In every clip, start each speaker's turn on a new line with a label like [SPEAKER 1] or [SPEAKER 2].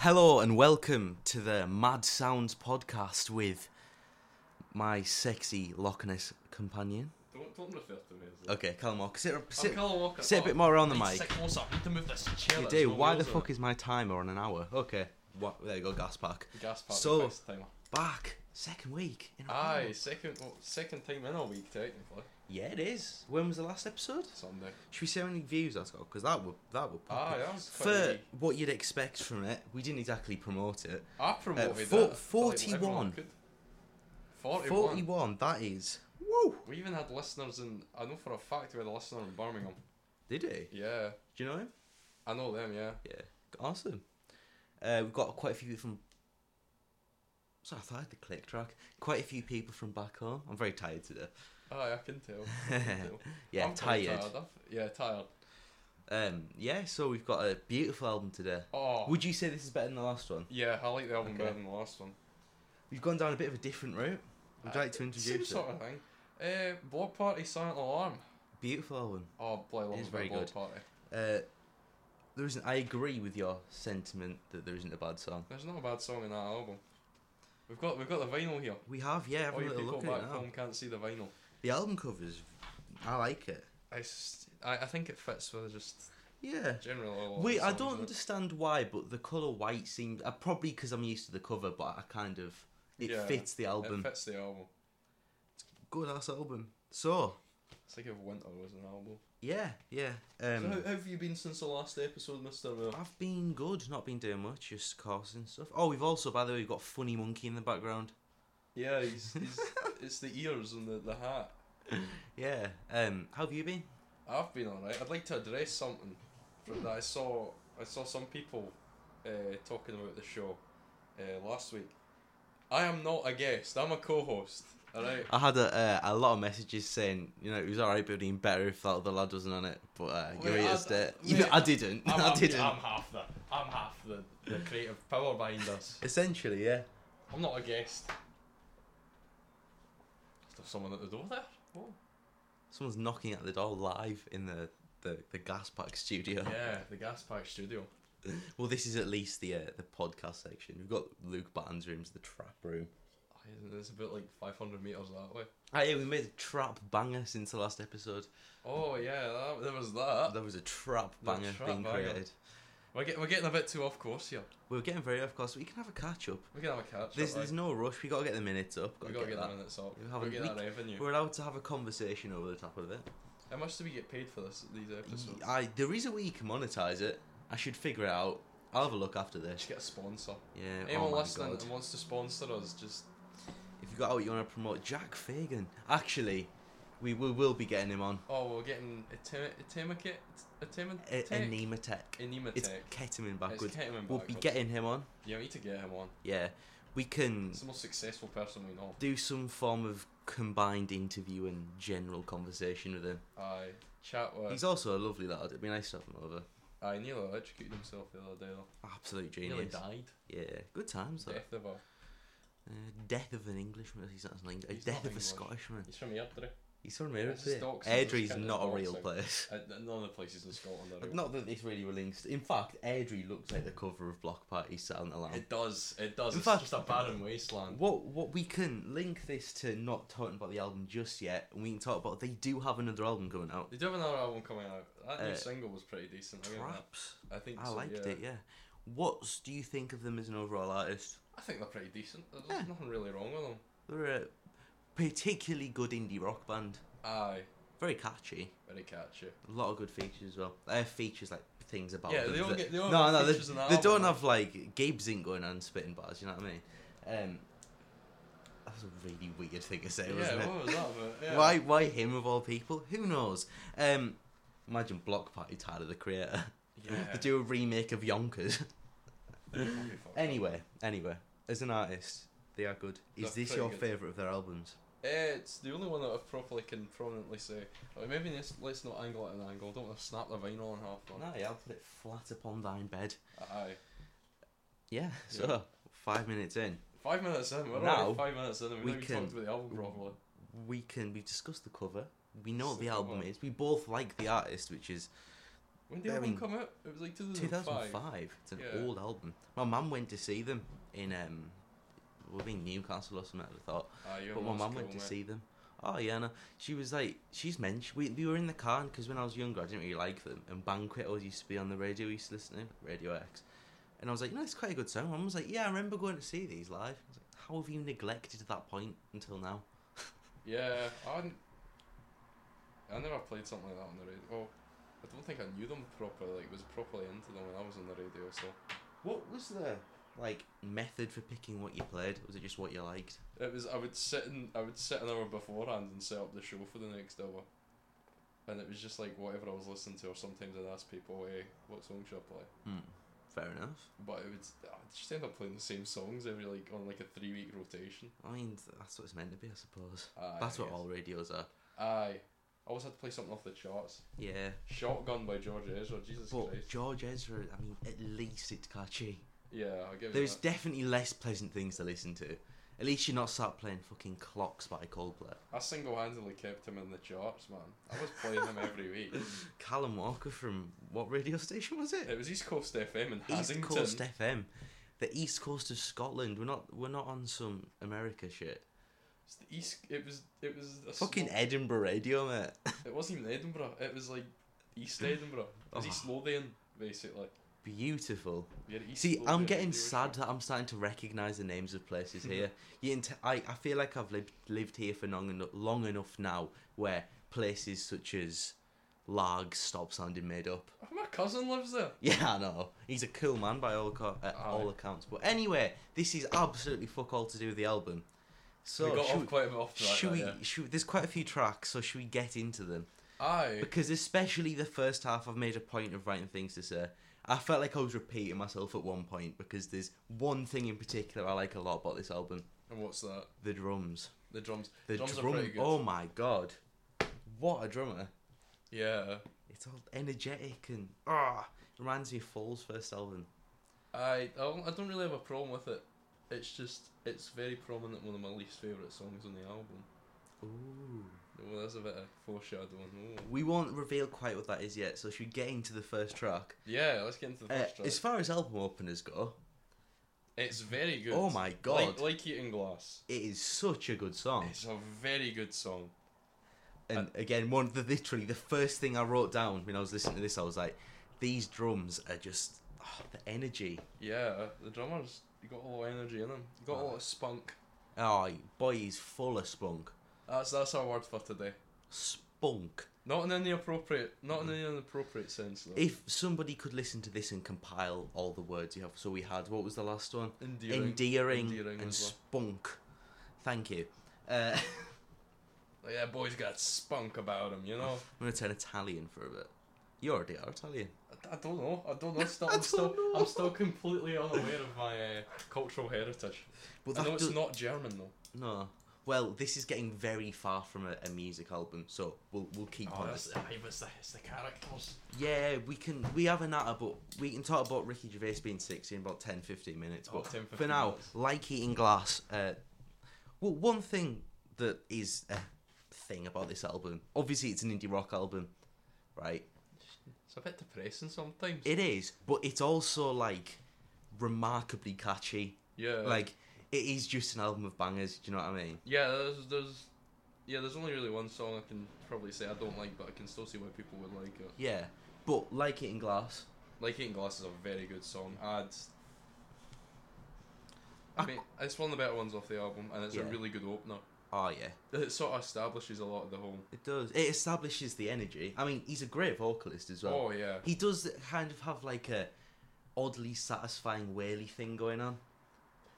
[SPEAKER 1] Hello and welcome to the Mad Sounds podcast with my sexy Loch Ness companion.
[SPEAKER 2] Don't, don't refer to me as that.
[SPEAKER 1] Okay, Callum Walker, sit, sit,
[SPEAKER 2] I'm Callum Walker.
[SPEAKER 1] sit a bit more on the
[SPEAKER 2] Right,
[SPEAKER 1] mic.
[SPEAKER 2] Sick, what's up? Need to move this chair.
[SPEAKER 1] You
[SPEAKER 2] that's
[SPEAKER 1] do.
[SPEAKER 2] not
[SPEAKER 1] Why the
[SPEAKER 2] wheels on
[SPEAKER 1] fuck
[SPEAKER 2] it.
[SPEAKER 1] is my timer on an hour? Okay, what, there you go, gas pack.
[SPEAKER 2] gas pack?
[SPEAKER 1] So-
[SPEAKER 2] So timer.
[SPEAKER 1] Back second week. In a row.
[SPEAKER 2] Aye, second well, second time in a week technically.
[SPEAKER 1] Yeah, it is. When was the last episode?
[SPEAKER 2] Sunday.
[SPEAKER 1] Should we see how many views that's got? Because that would that would. pop
[SPEAKER 2] Aye,
[SPEAKER 1] it.
[SPEAKER 2] that was quite.
[SPEAKER 1] For
[SPEAKER 2] weak.
[SPEAKER 1] what you'd expect from it, we didn't exactly promote it.
[SPEAKER 2] I promoted
[SPEAKER 1] four-
[SPEAKER 2] it, like,
[SPEAKER 1] 41.
[SPEAKER 2] everyone could. Forty-one.
[SPEAKER 1] Forty-one. That is. Woo.
[SPEAKER 2] We even had listeners in. I know for a fact we had a listener in Birmingham.
[SPEAKER 1] Did he?
[SPEAKER 2] Yeah,
[SPEAKER 1] Do you know him?
[SPEAKER 2] I know them. Yeah.
[SPEAKER 1] Yeah. Awesome. Uh, we've got quite a few from. Sorry, I thought I had the click track. Quite a few people from back home. I'm very tired today.
[SPEAKER 2] Aye, I can tell. I can tell.
[SPEAKER 1] Yeah,
[SPEAKER 2] I'm quite
[SPEAKER 1] tired.
[SPEAKER 2] I've- Yeah, tired.
[SPEAKER 1] Um, yeah, so we've got a beautiful album today.
[SPEAKER 2] Oh.
[SPEAKER 1] Would you say this is better than the last one?
[SPEAKER 2] Yeah, I like the album
[SPEAKER 1] Okay.
[SPEAKER 2] better than the last one.
[SPEAKER 1] We've gone down a bit of a different route. Would you
[SPEAKER 2] Uh,
[SPEAKER 1] like to
[SPEAKER 2] Same
[SPEAKER 1] introduce it?
[SPEAKER 2] sort of thing. Uh, Block Party, Silent Alarm.
[SPEAKER 1] Beautiful album.
[SPEAKER 2] Oh, boy, I love
[SPEAKER 1] It is
[SPEAKER 2] a bit
[SPEAKER 1] very
[SPEAKER 2] of Block
[SPEAKER 1] good.
[SPEAKER 2] Party.
[SPEAKER 1] Uh, there isn't. I agree with your sentiment that there isn't a bad song.
[SPEAKER 2] There's not a bad song in that album. We've got we've got the vinyl here.
[SPEAKER 1] We have, yeah.
[SPEAKER 2] All
[SPEAKER 1] Having
[SPEAKER 2] Oh, you
[SPEAKER 1] a little
[SPEAKER 2] people
[SPEAKER 1] look at
[SPEAKER 2] back
[SPEAKER 1] it now.
[SPEAKER 2] home can't see the vinyl.
[SPEAKER 1] The album covers, I like it.
[SPEAKER 2] It's, I I think it fits with just
[SPEAKER 1] Yeah.
[SPEAKER 2] general. a lot of
[SPEAKER 1] Wait,
[SPEAKER 2] the
[SPEAKER 1] I
[SPEAKER 2] songs,
[SPEAKER 1] don't
[SPEAKER 2] isn't it?
[SPEAKER 1] understand why, but the color white seems. Uh, probably because I'm used to the cover, but I kind of it
[SPEAKER 2] Yeah,
[SPEAKER 1] fits the
[SPEAKER 2] It
[SPEAKER 1] album.
[SPEAKER 2] fits the album.
[SPEAKER 1] Good ass album. So
[SPEAKER 2] It's like if Winter was an album.
[SPEAKER 1] yeah, yeah.
[SPEAKER 2] so how,
[SPEAKER 1] Um,
[SPEAKER 2] how have you been since the last episode, Mister? Will?
[SPEAKER 1] I've been good, not been doing much, just causing stuff. Oh, we've also, by the way, we've got Funny Monkey in the background.
[SPEAKER 2] Yeah, he's, he's it's the ears and the, the hat.
[SPEAKER 1] Yeah. Um, how have you been?
[SPEAKER 2] I've been alright. I'd like to address something from that I saw. I saw some people uh, talking about the show uh, last week. I am not a guest. I'm a co-host. All right.
[SPEAKER 1] I had a, uh, a lot of messages saying, you know, it was alright, but it'd been better if that other lad wasn't on it. But uh,
[SPEAKER 2] Wait,
[SPEAKER 1] you're here
[SPEAKER 2] I-
[SPEAKER 1] to stay.
[SPEAKER 2] wait,
[SPEAKER 1] You know, I didn't.
[SPEAKER 2] I'm,
[SPEAKER 1] I
[SPEAKER 2] I'm-
[SPEAKER 1] didn't.
[SPEAKER 2] I'm half the. I'm half the, the creative power behind us.
[SPEAKER 1] Essentially, yeah.
[SPEAKER 2] I'm not a guest. Is there someone at the door there? Oh.
[SPEAKER 1] Someone's knocking at the door live in the, the, the gas pack studio.
[SPEAKER 2] Yeah, the Gas Pack Studio.
[SPEAKER 1] Well, this is at least the uh, the podcast section. We've got Luke Batten's room's the trap room.
[SPEAKER 2] Aye, It's about like 500 meters that way.
[SPEAKER 1] Oh yeah, we made a trap banger since the last episode.
[SPEAKER 2] Oh yeah, that, there was that.
[SPEAKER 1] There was a Uh, trap
[SPEAKER 2] The
[SPEAKER 1] banger
[SPEAKER 2] trap
[SPEAKER 1] being
[SPEAKER 2] banger.
[SPEAKER 1] created.
[SPEAKER 2] We're, get, we're getting a bit too off course here.
[SPEAKER 1] We are getting very off course. We can have a catch up.
[SPEAKER 2] We can have a catch.
[SPEAKER 1] There's,
[SPEAKER 2] aye.
[SPEAKER 1] there's no rush. We gotta get the minutes up. Gotta
[SPEAKER 2] We gotta
[SPEAKER 1] get
[SPEAKER 2] get
[SPEAKER 1] that.
[SPEAKER 2] that minutes up.
[SPEAKER 1] We
[SPEAKER 2] We
[SPEAKER 1] haven't-
[SPEAKER 2] gotta get
[SPEAKER 1] we
[SPEAKER 2] that revenue.
[SPEAKER 1] We're allowed to have a conversation over the top of it.
[SPEAKER 2] How much do we get paid for this? These episodes?
[SPEAKER 1] I there is a way you can monetize it. I should figure it out. I'll have a look after this.
[SPEAKER 2] Just get a sponsor.
[SPEAKER 1] Yeah.
[SPEAKER 2] Anyone
[SPEAKER 1] oh my
[SPEAKER 2] listening
[SPEAKER 1] God.
[SPEAKER 2] and wants to sponsor us, just
[SPEAKER 1] If you got out, you want to promote Jack Fagan. Actually, we will, will be getting him on.
[SPEAKER 2] oh, we're getting Atemikit,
[SPEAKER 1] A-
[SPEAKER 2] Atemikit,
[SPEAKER 1] Enema Tech. E, It's
[SPEAKER 2] Enematech.
[SPEAKER 1] ketamine
[SPEAKER 2] It's
[SPEAKER 1] backwards.
[SPEAKER 2] getting him
[SPEAKER 1] We'll
[SPEAKER 2] back
[SPEAKER 1] be
[SPEAKER 2] on.
[SPEAKER 1] getting him on.
[SPEAKER 2] Yeah, we need to get him on.
[SPEAKER 1] Yeah, we can
[SPEAKER 2] He's the most successful person we know.
[SPEAKER 1] do some form of combined interview and general conversation with him.
[SPEAKER 2] Aye, chat with.
[SPEAKER 1] He's also a lovely lad. It'd be nice to have him over.
[SPEAKER 2] Aye, Neil electrocuted himself the other day though.
[SPEAKER 1] Absolute
[SPEAKER 2] Nearly
[SPEAKER 1] genius.
[SPEAKER 2] died.
[SPEAKER 1] Yeah, good times though.
[SPEAKER 2] Death of a.
[SPEAKER 1] Uh, death of an Englishman. He's not an English.
[SPEAKER 2] He's
[SPEAKER 1] death
[SPEAKER 2] not
[SPEAKER 1] of a
[SPEAKER 2] English.
[SPEAKER 1] Scottishman.
[SPEAKER 2] He's from Airdrie.
[SPEAKER 1] He's from
[SPEAKER 2] That's just
[SPEAKER 1] Airdrie.
[SPEAKER 2] doxing, that's
[SPEAKER 1] Airdrie's
[SPEAKER 2] kind of
[SPEAKER 1] not a real
[SPEAKER 2] doxing.
[SPEAKER 1] place.
[SPEAKER 2] Uh, none of the places in Scotland are. real.
[SPEAKER 1] Not that this really links. In fact, Airdrie looks like the cover of Block Party Sound Alarm.
[SPEAKER 2] It does. It does.
[SPEAKER 1] In
[SPEAKER 2] it's
[SPEAKER 1] fact-
[SPEAKER 2] just a barren wasteland.
[SPEAKER 1] What what we can link this to not talking about the album just yet, and we can talk about they do have another album coming out.
[SPEAKER 2] They do have another album coming out. That new
[SPEAKER 1] Uh,
[SPEAKER 2] single was pretty decent. I, give it Oh, that.
[SPEAKER 1] Traps.
[SPEAKER 2] I think
[SPEAKER 1] I
[SPEAKER 2] so,
[SPEAKER 1] liked
[SPEAKER 2] yeah.
[SPEAKER 1] it. Yeah. What do you think of them as an overall artist?
[SPEAKER 2] I think they're pretty decent. There's
[SPEAKER 1] Yeah.
[SPEAKER 2] nothing really wrong with them.
[SPEAKER 1] They're a particularly good indie rock band.
[SPEAKER 2] Aye,
[SPEAKER 1] Very catchy.
[SPEAKER 2] very catchy.
[SPEAKER 1] A lot of good features as well. They have features like things about.
[SPEAKER 2] Yeah,
[SPEAKER 1] them
[SPEAKER 2] they all
[SPEAKER 1] that-
[SPEAKER 2] get- they all
[SPEAKER 1] no,
[SPEAKER 2] have
[SPEAKER 1] no,
[SPEAKER 2] features
[SPEAKER 1] they,
[SPEAKER 2] in the
[SPEAKER 1] they
[SPEAKER 2] album,
[SPEAKER 1] don't
[SPEAKER 2] though.
[SPEAKER 1] have like Gabe Zink going on and spitting bars. You know what I mean? Um, that was a really weird thing to say,
[SPEAKER 2] yeah,
[SPEAKER 1] wasn't it?
[SPEAKER 2] what was that about? Yeah.
[SPEAKER 1] Why, why him of all people? Who knows? Um, imagine Block Party Tyler the Creator.
[SPEAKER 2] Yeah.
[SPEAKER 1] they do a remake of Yonkers.
[SPEAKER 2] Fucking fuck.
[SPEAKER 1] Anyway, anyway, as an artist, they are good. Is
[SPEAKER 2] They're
[SPEAKER 1] this your
[SPEAKER 2] pretty good.
[SPEAKER 1] favourite of their albums?
[SPEAKER 2] Eh, it's the only one that I properly can prominently say. Like, maybe let's, let's not angle at an angle. Don't want to snap the vinyl in half. though.
[SPEAKER 1] No, I'll put it flat upon thine bed.
[SPEAKER 2] Aye.
[SPEAKER 1] Yeah, so five minutes in,
[SPEAKER 2] Five minutes in. We're
[SPEAKER 1] Now,
[SPEAKER 2] already five minutes in, and
[SPEAKER 1] we
[SPEAKER 2] we haven't
[SPEAKER 1] can-
[SPEAKER 2] talked about the album properly.
[SPEAKER 1] we can we've discussed the cover. We know what
[SPEAKER 2] It's the
[SPEAKER 1] the album
[SPEAKER 2] cover.
[SPEAKER 1] is. We both like the artist, which is
[SPEAKER 2] When did the
[SPEAKER 1] I
[SPEAKER 2] album
[SPEAKER 1] mean,
[SPEAKER 2] come out? It was like 2005.
[SPEAKER 1] 2005. It's an
[SPEAKER 2] Hmm, Yeah.
[SPEAKER 1] old album. My mum went to see them in um, would be Newcastle or something. I thought,
[SPEAKER 2] Ah, your
[SPEAKER 1] but my
[SPEAKER 2] mum's
[SPEAKER 1] mum
[SPEAKER 2] cool,
[SPEAKER 1] went to
[SPEAKER 2] mate.
[SPEAKER 1] see them. Oh yeah, no. She was like, she's mentioned. We, we were in the car because when I was younger, I didn't really like them. And Banquet always used to be on the radio. We used to listen to Radio X, and I was like, you know, it's quite a good song. Mum was like, yeah, I remember going to see these live. I was like, how have you neglected that point until now?
[SPEAKER 2] Yeah, I, hadn't- I never played something like that on the radio. Well, I don't think I knew them properly. Like, was properly into them when I was on the radio. So
[SPEAKER 1] What was the like method for picking what you played? Was it just what you liked?
[SPEAKER 2] it was. I would sit in. I would sit an hour beforehand and set up the show for the next hour. And it was just like whatever I was listening to, or sometimes I'd ask people, "Hey, what song should I play?"
[SPEAKER 1] Hmm. Fair enough.
[SPEAKER 2] But it would I just end up playing the same songs every like on like a three week rotation.
[SPEAKER 1] I mean, that's what it's meant to be, I suppose.
[SPEAKER 2] Aye,
[SPEAKER 1] That's
[SPEAKER 2] I
[SPEAKER 1] what
[SPEAKER 2] guess.
[SPEAKER 1] all radios are.
[SPEAKER 2] Aye, I always had to play something off the charts.
[SPEAKER 1] Yeah.
[SPEAKER 2] Shotgun by George Ezra. Jesus
[SPEAKER 1] but
[SPEAKER 2] Christ.
[SPEAKER 1] George Ezra, I mean, at least it's catchy.
[SPEAKER 2] Yeah, I'll give
[SPEAKER 1] There's
[SPEAKER 2] you
[SPEAKER 1] definitely less pleasant things to listen to. At least you're not sat playing fucking Clocks by Coldplay.
[SPEAKER 2] that. I single handedly kept him in the charts, man. I was playing him every week.
[SPEAKER 1] Callum Walker from what radio station was it?
[SPEAKER 2] It was East Coast FM in Hassington.
[SPEAKER 1] East Coast FM. The East Coast of Scotland. We're not we're not on some America shit.
[SPEAKER 2] It's the East. It was. It was. A
[SPEAKER 1] Fucking
[SPEAKER 2] small-
[SPEAKER 1] Edinburgh radio, mate.
[SPEAKER 2] It wasn't even Edinburgh. It was like East Edinburgh. It was
[SPEAKER 1] Oh.
[SPEAKER 2] East Lothian, basically.
[SPEAKER 1] Beautiful.
[SPEAKER 2] We had East
[SPEAKER 1] See, I'm
[SPEAKER 2] Lothian
[SPEAKER 1] getting
[SPEAKER 2] radio
[SPEAKER 1] sad
[SPEAKER 2] show.
[SPEAKER 1] that I'm starting to recognise the names of places here.
[SPEAKER 2] Mm-hmm.
[SPEAKER 1] You int- I, I feel like I've lived lived here for long enough, long enough now where places such as Largs stop sounding made up.
[SPEAKER 2] Oh, my cousin lives there.
[SPEAKER 1] Yeah, I know. He's a cool man by all co- uh, all
[SPEAKER 2] Aye.
[SPEAKER 1] accounts. But anyway, this is absolutely fuck all to do with the album. So
[SPEAKER 2] we got
[SPEAKER 1] should
[SPEAKER 2] off quite a bit off
[SPEAKER 1] we,
[SPEAKER 2] track.
[SPEAKER 1] should
[SPEAKER 2] there,
[SPEAKER 1] we,
[SPEAKER 2] yeah.
[SPEAKER 1] should we- there's quite a few tracks, so should we get into them?
[SPEAKER 2] Aye.
[SPEAKER 1] Because especially the first half, I've made a point of writing things to say. I felt like I was repeating myself at one point because there's one thing in particular I like a lot about this album:
[SPEAKER 2] And what's that?
[SPEAKER 1] the drums.
[SPEAKER 2] The drums.
[SPEAKER 1] The
[SPEAKER 2] drums
[SPEAKER 1] drum.
[SPEAKER 2] are pretty good.
[SPEAKER 1] Oh my god, what a drummer!
[SPEAKER 2] Yeah.
[SPEAKER 1] It's all energetic and ah, reminds me of Fall's first album.
[SPEAKER 2] I, I don't- I don't really have a problem with it. It's just it's very prominent one of my least favourite songs on the album.
[SPEAKER 1] Ooh.
[SPEAKER 2] Well, that's a bit of foreshadowing. Oh. Ooh.
[SPEAKER 1] We won't reveal quite what that is yet, so should we get into the first track?
[SPEAKER 2] Yeah, let's get into the
[SPEAKER 1] Uh,
[SPEAKER 2] first track.
[SPEAKER 1] as
[SPEAKER 2] It's,
[SPEAKER 1] far as album openers go,
[SPEAKER 2] very good.
[SPEAKER 1] oh my god,
[SPEAKER 2] Like, like eating glass.
[SPEAKER 1] it is such a good song.
[SPEAKER 2] It's a very good song. Uh,
[SPEAKER 1] And again, one of the literally the first thing I wrote down when I was listening to this, I was like, these drums are just oh, the energy.
[SPEAKER 2] Yeah, the drummer's you got a lot of energy in him. You got a lot of spunk.
[SPEAKER 1] Oh, boy, he's full of spunk.
[SPEAKER 2] That's that's our word for today.
[SPEAKER 1] Spunk.
[SPEAKER 2] Not in any appropriate, not
[SPEAKER 1] Mm.
[SPEAKER 2] in any inappropriate sense though.
[SPEAKER 1] If somebody could listen to this and compile all the words you have, so we had what was the last one?
[SPEAKER 2] endearing.
[SPEAKER 1] Endearing,
[SPEAKER 2] Endearing
[SPEAKER 1] and
[SPEAKER 2] as well.
[SPEAKER 1] spunk. Thank you. Uh,
[SPEAKER 2] Like, that boy's got spunk about him, you know.
[SPEAKER 1] I'm gonna turn Italian for a bit. You already are Italian.
[SPEAKER 2] I, I don't know. I don't know. Still,
[SPEAKER 1] I
[SPEAKER 2] I'm
[SPEAKER 1] don't
[SPEAKER 2] still,
[SPEAKER 1] know.
[SPEAKER 2] I'm still completely unaware of my uh, cultural heritage.
[SPEAKER 1] Well,
[SPEAKER 2] I know
[SPEAKER 1] that
[SPEAKER 2] it's
[SPEAKER 1] does,
[SPEAKER 2] not German though.
[SPEAKER 1] no. Well, this is getting very far from a, a music album, so we'll we'll keep on.
[SPEAKER 2] Oh, that's, aye, but it's the, it's the characters.
[SPEAKER 1] Yeah, we can we have an natter, but we can talk about Ricky Gervais being sixty in about 10, 15 minutes.
[SPEAKER 2] Oh,
[SPEAKER 1] But
[SPEAKER 2] 10, 15
[SPEAKER 1] for now,
[SPEAKER 2] minutes.
[SPEAKER 1] like eating glass. Uh, well, one thing that is a thing about this album, obviously, it's an indie rock album, right?
[SPEAKER 2] It's a bit depressing sometimes.
[SPEAKER 1] It is, but it's also like remarkably catchy.
[SPEAKER 2] yeah.
[SPEAKER 1] Like it is just an album of bangers. Do you know what I mean?
[SPEAKER 2] Yeah, there's, there's, yeah, there's only really one song I can probably say I don't like, but I can still see why people would like it.
[SPEAKER 1] Yeah, but like it in glass.
[SPEAKER 2] Like Eating Glass is a very good song. I'd. I mean, it's one of the better ones off the album, and it's a
[SPEAKER 1] Yeah.
[SPEAKER 2] really good opener.
[SPEAKER 1] Oh yeah,
[SPEAKER 2] It sort of establishes a lot of the whole.
[SPEAKER 1] it does. It establishes the energy. I mean, he's a great vocalist as well.
[SPEAKER 2] oh yeah,
[SPEAKER 1] He does kind of have like a oddly satisfying whaley thing going on,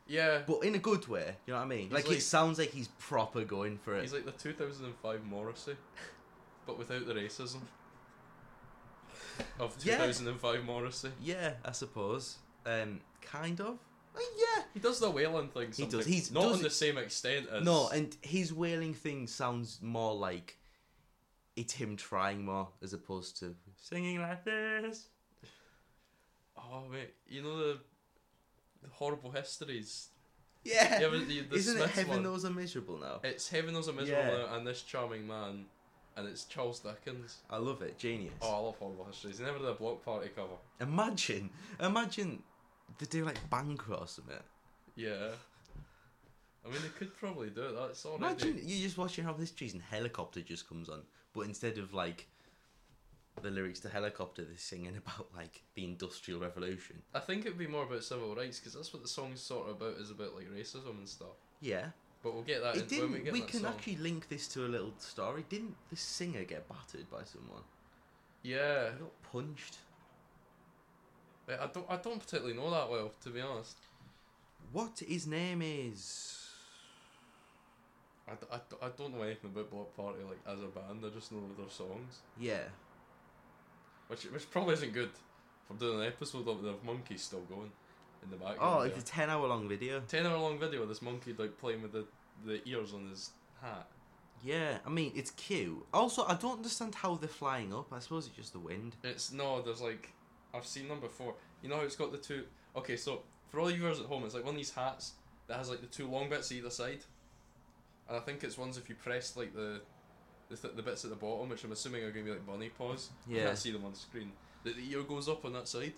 [SPEAKER 2] yeah.
[SPEAKER 1] but in a good way. You know what I mean?
[SPEAKER 2] He's
[SPEAKER 1] Like,
[SPEAKER 2] like-
[SPEAKER 1] it sounds like he's proper going for it.
[SPEAKER 2] He's like the 2005 Morrissey, but without the racism of
[SPEAKER 1] Yeah.
[SPEAKER 2] 2005 Morrissey.
[SPEAKER 1] yeah, I suppose. Um, kind of. Uh, yeah.
[SPEAKER 2] He does the wailing thing.
[SPEAKER 1] He does.
[SPEAKER 2] sometimes.
[SPEAKER 1] He's-
[SPEAKER 2] not
[SPEAKER 1] does
[SPEAKER 2] on
[SPEAKER 1] it-
[SPEAKER 2] the same extent as
[SPEAKER 1] No, and his wailing thing sounds more like it's him trying more as opposed to singing like this.
[SPEAKER 2] oh mate, you know the, the horrible histories.
[SPEAKER 1] Yeah.
[SPEAKER 2] You ever- the- the
[SPEAKER 1] Isn't it
[SPEAKER 2] Smiths
[SPEAKER 1] heaven
[SPEAKER 2] one?
[SPEAKER 1] those are miserable now?
[SPEAKER 2] It's heaven knows a miserable
[SPEAKER 1] Yeah.
[SPEAKER 2] now, and this charming man, and it's Charles Dickens.
[SPEAKER 1] I love it. Genius.
[SPEAKER 2] Oh, I love Horrible Histories. He never did a block party cover.
[SPEAKER 1] Imagine, imagine they do like banquet or something.
[SPEAKER 2] Yeah. I mean, they could probably do it. That's already.
[SPEAKER 1] Imagine you just watching Horrible Histories and helicopter just comes on, but instead of like the lyrics to helicopter, they're singing about like the Industrial Revolution.
[SPEAKER 2] I think it'd be more about civil rights because that's what the song's sort of about is about like racism and stuff.
[SPEAKER 1] Yeah,
[SPEAKER 2] But we'll get that
[SPEAKER 1] it
[SPEAKER 2] in, when
[SPEAKER 1] didn't.
[SPEAKER 2] we
[SPEAKER 1] We,
[SPEAKER 2] get that
[SPEAKER 1] can
[SPEAKER 2] song.
[SPEAKER 1] actually link this to a little story. Didn't the singer get battered by someone?
[SPEAKER 2] Yeah,
[SPEAKER 1] He got punched.
[SPEAKER 2] I I don't. I don't particularly know that well, to be honest.
[SPEAKER 1] What his name is?
[SPEAKER 2] I, d- I d- I don't know anything about Block Party like as a band. I just know their songs,
[SPEAKER 1] Yeah,
[SPEAKER 2] which which probably isn't good. If I'm doing an episode of the monkey still going in the
[SPEAKER 1] Oh,
[SPEAKER 2] background.
[SPEAKER 1] it's a 10 hour long video.
[SPEAKER 2] ten hour long video of this monkey like playing with the, the ears on his hat.
[SPEAKER 1] Yeah, I mean, it's cute. Also, I don't understand how they're flying up. I suppose it's just the wind.
[SPEAKER 2] It's no, there's like I've seen them before. You know how it's got the two. Okay, so for all you viewers at home, it's like one of these hats that has like the two long bits either side, and I think it's ones if you press like the the, th- the bits at the bottom, which I'm assuming are gonna be like bunny paws. I
[SPEAKER 1] Yeah.
[SPEAKER 2] can't see them on screen. The, the ear goes up on that side,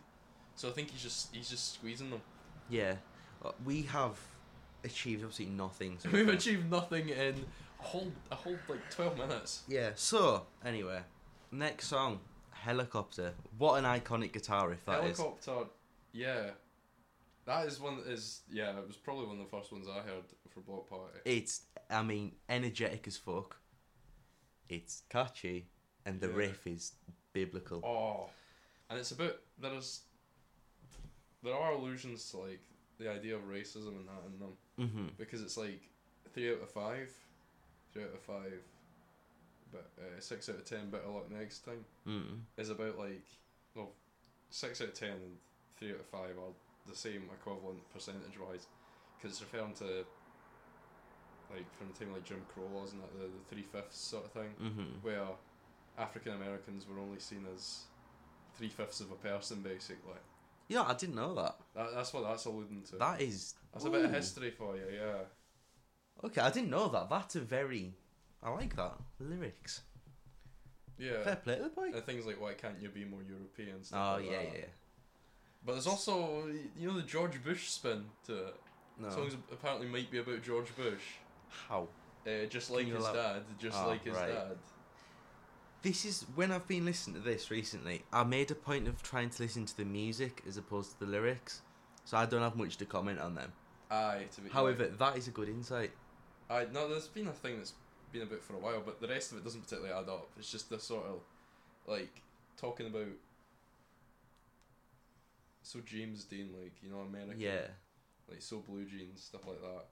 [SPEAKER 2] so I think he's just he's just squeezing them.
[SPEAKER 1] Yeah. Uh, We have achieved absolutely nothing. So
[SPEAKER 2] We've
[SPEAKER 1] far.
[SPEAKER 2] achieved nothing in a whole a whole like twelve minutes.
[SPEAKER 1] Yeah, so, anyway, next song Helicopter. What an iconic guitar riff that is.
[SPEAKER 2] Helicopter, yeah. That is one that is yeah. It was probably one of the first ones I heard for Block Party.
[SPEAKER 1] It's, I mean, energetic as fuck. It's catchy, and the
[SPEAKER 2] Yeah.
[SPEAKER 1] riff is biblical.
[SPEAKER 2] Oh, and it's about there's there are allusions to like the idea of racism and that in them
[SPEAKER 1] hmm
[SPEAKER 2] because it's like three out of five, three out of five, but uh, six out of ten. Better luck next time
[SPEAKER 1] mm
[SPEAKER 2] is about like well, six out of ten and three out of five are the same equivalent percentage wise because it's referring to like from the time like Jim Crow laws and that the, the three fifths sort of thing
[SPEAKER 1] Mm-hmm.
[SPEAKER 2] where African Americans were only seen as three fifths of a person, basically.
[SPEAKER 1] Yeah, I didn't know that.
[SPEAKER 2] That, that's what that's alluding to.
[SPEAKER 1] That is.
[SPEAKER 2] that's a bit of
[SPEAKER 1] Ooh.
[SPEAKER 2] history for you, yeah.
[SPEAKER 1] Okay, I didn't know that. That's a very. I like that. Lyrics. Fair
[SPEAKER 2] Yeah. Uh,
[SPEAKER 1] play to the boy.
[SPEAKER 2] And things like why can't you be more European? Stuff
[SPEAKER 1] Oh,
[SPEAKER 2] like
[SPEAKER 1] yeah, yeah,
[SPEAKER 2] that.
[SPEAKER 1] yeah.
[SPEAKER 2] But there's also you know the George Bush spin to it.
[SPEAKER 1] No.
[SPEAKER 2] Songs apparently might be about George Bush,
[SPEAKER 1] How?
[SPEAKER 2] uh, just
[SPEAKER 1] Can
[SPEAKER 2] like
[SPEAKER 1] you
[SPEAKER 2] his
[SPEAKER 1] allow-
[SPEAKER 2] dad, just
[SPEAKER 1] Ah,
[SPEAKER 2] like his
[SPEAKER 1] right.
[SPEAKER 2] dad.
[SPEAKER 1] This is. When I've been listening to this recently, I made a point of trying to listen to the music as opposed to the lyrics. So I don't have much to comment on them.
[SPEAKER 2] Aye, to be
[SPEAKER 1] However, that is a good insight.
[SPEAKER 2] I no, there's been a thing that's been about for a while, but the rest of it doesn't particularly add up. It's just this sort of like talking about. So James Dean, like you know, American,
[SPEAKER 1] Yeah.
[SPEAKER 2] like so blue jeans, stuff like that.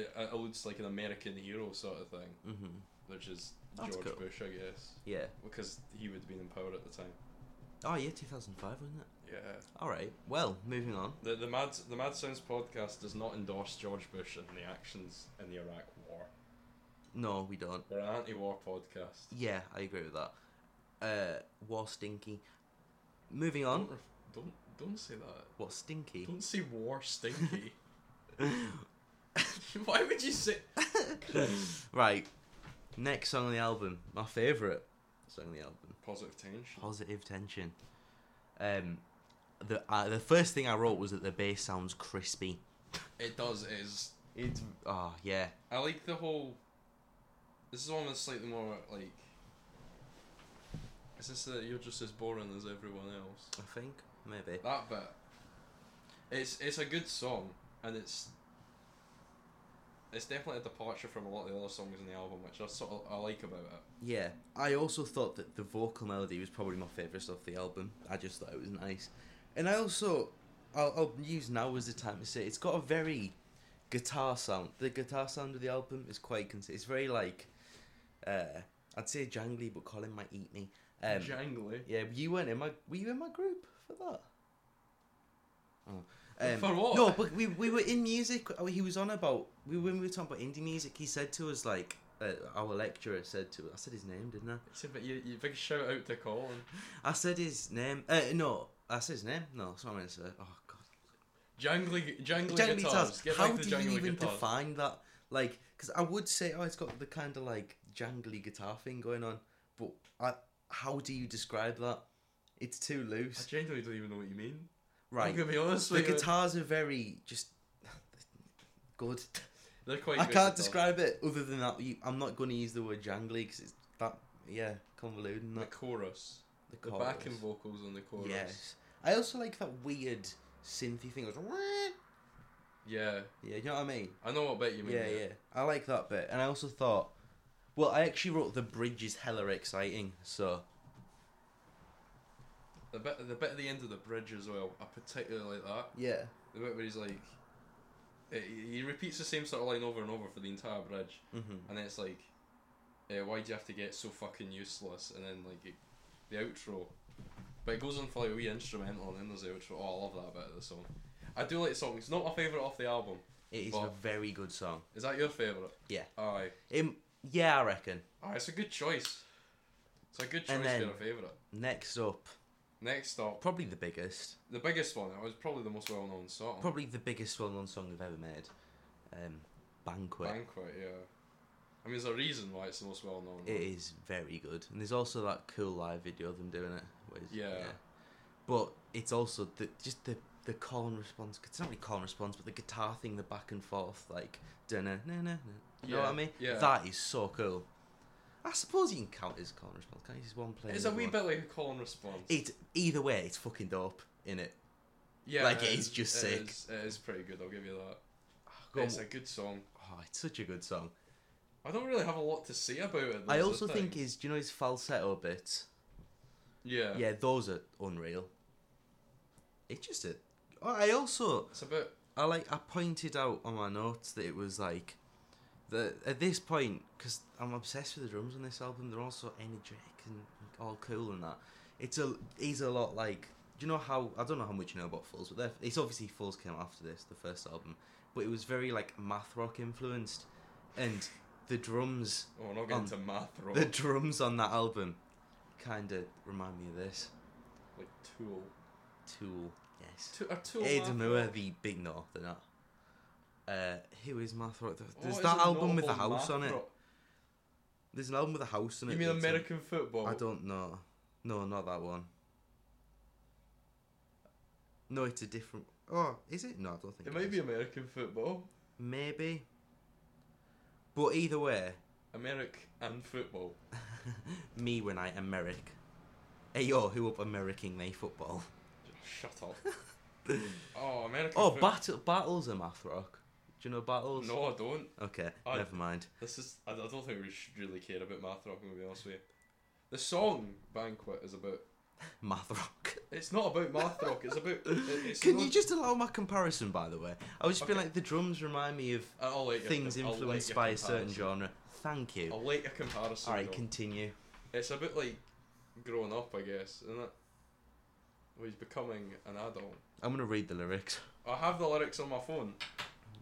[SPEAKER 2] It, it alludes to, like an American hero sort of thing,
[SPEAKER 1] Mm-hmm.
[SPEAKER 2] which is
[SPEAKER 1] That's
[SPEAKER 2] George
[SPEAKER 1] cool.
[SPEAKER 2] Bush, I guess,
[SPEAKER 1] Yeah.
[SPEAKER 2] because he would have been in power at the time.
[SPEAKER 1] Oh, yeah, 2005, wasn't it?
[SPEAKER 2] Yeah.
[SPEAKER 1] Alright, well, moving on.
[SPEAKER 2] The the Mad the Mad Sounds podcast does not endorse George Bush and the actions in the Iraq War.
[SPEAKER 1] No, we don't.
[SPEAKER 2] We're an anti-war podcast.
[SPEAKER 1] Yeah, I agree with that. Uh, war stinky. Moving on.
[SPEAKER 2] Don't ref- don't don't say that.
[SPEAKER 1] What stinky?
[SPEAKER 2] Don't say war stinky. Why would you say?
[SPEAKER 1] Right. Next song on the album, my favourite song on the album,
[SPEAKER 2] Positive tension.
[SPEAKER 1] "Positive Tension." Um, the uh, the first thing I wrote was that the bass sounds crispy.
[SPEAKER 2] It does. It is.
[SPEAKER 1] It's oh yeah,
[SPEAKER 2] I like the whole. This is almost slightly more like. Is this that you're just as boring as everyone else?
[SPEAKER 1] I think maybe.
[SPEAKER 2] That bit. It's it's a good song, and it's. It's definitely a departure from a lot of the other songs in the album, which I sort of I like about it.
[SPEAKER 1] Yeah, I also thought that the vocal melody was probably my favourite stuff of the album. I just thought it was nice, and I also I'll, I'll use now as the time to say it's got a very guitar sound. The guitar sound of the album is quite cons- It's very like uh, I'd say jangly, but Colin might eat me. Um,
[SPEAKER 2] Jangly.
[SPEAKER 1] yeah, you weren't in my were you in my group for that? Oh. Um,
[SPEAKER 2] For what?
[SPEAKER 1] No, but we, we were in music. oh, He was on about we when we were talking about indie music. He said to us like uh, our lecturer said to us. I said his name, didn't I?
[SPEAKER 2] It's a bit, you, you big shout out to Colin.
[SPEAKER 1] I said his name. Uh, no, I said his name. No, that's what I meant to say. Oh god,
[SPEAKER 2] Jangly, jangly,
[SPEAKER 1] jangly
[SPEAKER 2] guitars.
[SPEAKER 1] guitars.
[SPEAKER 2] Get
[SPEAKER 1] How
[SPEAKER 2] back to
[SPEAKER 1] do
[SPEAKER 2] the
[SPEAKER 1] you
[SPEAKER 2] jangly
[SPEAKER 1] even
[SPEAKER 2] guitars.
[SPEAKER 1] define that? Like, because I would say, oh, it's got the kind of like jangly guitar thing going on, but I, how do you describe that? It's too
[SPEAKER 2] I
[SPEAKER 1] loose.
[SPEAKER 2] genuinely don't even know what you mean.
[SPEAKER 1] Right.
[SPEAKER 2] I'm gonna be honest
[SPEAKER 1] The
[SPEAKER 2] with you.
[SPEAKER 1] guitars are very just good.
[SPEAKER 2] They're quite.
[SPEAKER 1] I
[SPEAKER 2] good
[SPEAKER 1] can't
[SPEAKER 2] guitars.
[SPEAKER 1] describe it other than that. You, I'm not going to use the word jangly because it's that yeah convoluted. And
[SPEAKER 2] the
[SPEAKER 1] that,
[SPEAKER 2] chorus,
[SPEAKER 1] the,
[SPEAKER 2] the
[SPEAKER 1] chorus.
[SPEAKER 2] backing vocals on the chorus.
[SPEAKER 1] Yes. I also like that weird synthy thing. Like,
[SPEAKER 2] Yeah,
[SPEAKER 1] yeah, you know what I mean.
[SPEAKER 2] I know what bit you mean.
[SPEAKER 1] yeah, yeah. I like that bit, and I also thought, well, I actually wrote the bridge is hella exciting. So
[SPEAKER 2] The bit, the bit at the end of the bridge as well. I particularly like that.
[SPEAKER 1] yeah,
[SPEAKER 2] The bit where he's like, eh, he he repeats the same sort of line over and over for the entire bridge,
[SPEAKER 1] mm-hmm.
[SPEAKER 2] and then it's like, uh, why do you have to get so fucking useless? And then like, it, the outro, but it goes on for like a wee instrumental, and then there's the outro. Oh, I love that bit of the song. I do like the song. It's not my favorite off the album.
[SPEAKER 1] it is a
[SPEAKER 2] But-
[SPEAKER 1] very good song.
[SPEAKER 2] Is that your favorite?
[SPEAKER 1] Yeah.
[SPEAKER 2] Aye.
[SPEAKER 1] Um, yeah, I reckon.
[SPEAKER 2] Aye, it's a good choice. It's a good choice
[SPEAKER 1] And
[SPEAKER 2] for
[SPEAKER 1] then-
[SPEAKER 2] your favorite.
[SPEAKER 1] Next up,
[SPEAKER 2] Next up,
[SPEAKER 1] probably the biggest,
[SPEAKER 2] the biggest one. It was probably the most well-known song.
[SPEAKER 1] probably the biggest well-known song we've ever made, um, Banquet.
[SPEAKER 2] Banquet, yeah. I mean, there's a reason why it's the most well known.
[SPEAKER 1] It is very good, and there's also that cool live video of them doing it. Which,
[SPEAKER 2] Yeah.
[SPEAKER 1] But it's also the, just the the call and response. It's not really call and response, but the guitar thing, the back and forth, like dunna na na. na. You know what I
[SPEAKER 2] Yeah,
[SPEAKER 1] mean?
[SPEAKER 2] yeah.
[SPEAKER 1] That is so cool. I suppose you can count it as call and response. Can't you? It's one play.
[SPEAKER 2] It's a
[SPEAKER 1] another
[SPEAKER 2] wee
[SPEAKER 1] one.
[SPEAKER 2] bit like a call and response.
[SPEAKER 1] It either way, it's fucking dope, in it.
[SPEAKER 2] yeah,
[SPEAKER 1] like, it
[SPEAKER 2] is-
[SPEAKER 1] is just sick.
[SPEAKER 2] Is, it is pretty good. I'll give you that.
[SPEAKER 1] Go on.
[SPEAKER 2] It's a good song.
[SPEAKER 1] Oh, it's such a good song.
[SPEAKER 2] I don't really have a lot to say about it.
[SPEAKER 1] I
[SPEAKER 2] that's the
[SPEAKER 1] also think
[SPEAKER 2] thing.
[SPEAKER 1] his, do you know his falsetto bits?
[SPEAKER 2] yeah,
[SPEAKER 1] Yeah, those are unreal. It just a. I also
[SPEAKER 2] it's about
[SPEAKER 1] I like I pointed out on my notes that it was like the at this point because I'm obsessed with the drums on this album. They're all so energetic and all cool and that. It's a he's a lot like do you know how I don't know how much you know about Fools, but they're- it's obviously Fools came after this, the first album, but it was very like math rock influenced, and the drums
[SPEAKER 2] oh, we're not getting
[SPEAKER 1] Um,
[SPEAKER 2] to math wrong.
[SPEAKER 1] the drums on that album kind of remind me of this
[SPEAKER 2] like Tool,
[SPEAKER 1] Tool. Yes.
[SPEAKER 2] Tool, are Tool.
[SPEAKER 1] Ed
[SPEAKER 2] math
[SPEAKER 1] Moore,
[SPEAKER 2] rock?
[SPEAKER 1] the big northerner. Uh, who is my throat?
[SPEAKER 2] What
[SPEAKER 1] There's
[SPEAKER 2] is
[SPEAKER 1] that
[SPEAKER 2] a
[SPEAKER 1] album with a
[SPEAKER 2] notable
[SPEAKER 1] house
[SPEAKER 2] math
[SPEAKER 1] on it.
[SPEAKER 2] rock?
[SPEAKER 1] There's an album with a house on
[SPEAKER 2] You
[SPEAKER 1] it.
[SPEAKER 2] mean
[SPEAKER 1] that's on-
[SPEAKER 2] American football?
[SPEAKER 1] I don't know. No, not that one. No, it's a different. Oh, is it? No, I don't think
[SPEAKER 2] It
[SPEAKER 1] it
[SPEAKER 2] might
[SPEAKER 1] is.
[SPEAKER 2] be American football,
[SPEAKER 1] Maybe. But either way,
[SPEAKER 2] Americ and football.
[SPEAKER 1] me when I Americ. Hey yo, who up Americing they football?
[SPEAKER 2] Shut up. oh, American.
[SPEAKER 1] Oh,
[SPEAKER 2] foot-
[SPEAKER 1] battle battles are math rock. Do you know battles?
[SPEAKER 2] No, I don't.
[SPEAKER 1] Okay,
[SPEAKER 2] I-
[SPEAKER 1] never mind.
[SPEAKER 2] This is. I, I don't think we should really care about math rock. I'm gonna be honest with you. The song "Banquet" is about.
[SPEAKER 1] Math rock.
[SPEAKER 2] It's not about math rock. It's about. it- it's
[SPEAKER 1] Can
[SPEAKER 2] not-
[SPEAKER 1] you just allow my comparison, by the way? I was just being
[SPEAKER 2] Okay.
[SPEAKER 1] like, the drums remind me of
[SPEAKER 2] I'll let you-
[SPEAKER 1] things
[SPEAKER 2] I'll let
[SPEAKER 1] influenced
[SPEAKER 2] you
[SPEAKER 1] by a
[SPEAKER 2] compare
[SPEAKER 1] certain
[SPEAKER 2] it.
[SPEAKER 1] genre. Thank you.
[SPEAKER 2] I'll let you comparison.
[SPEAKER 1] All right,
[SPEAKER 2] though.
[SPEAKER 1] continue.
[SPEAKER 2] It's about like growing up, I guess, isn't it? Well, he's becoming an adult.
[SPEAKER 1] I'm gonna read the lyrics.
[SPEAKER 2] I have the lyrics on my phone.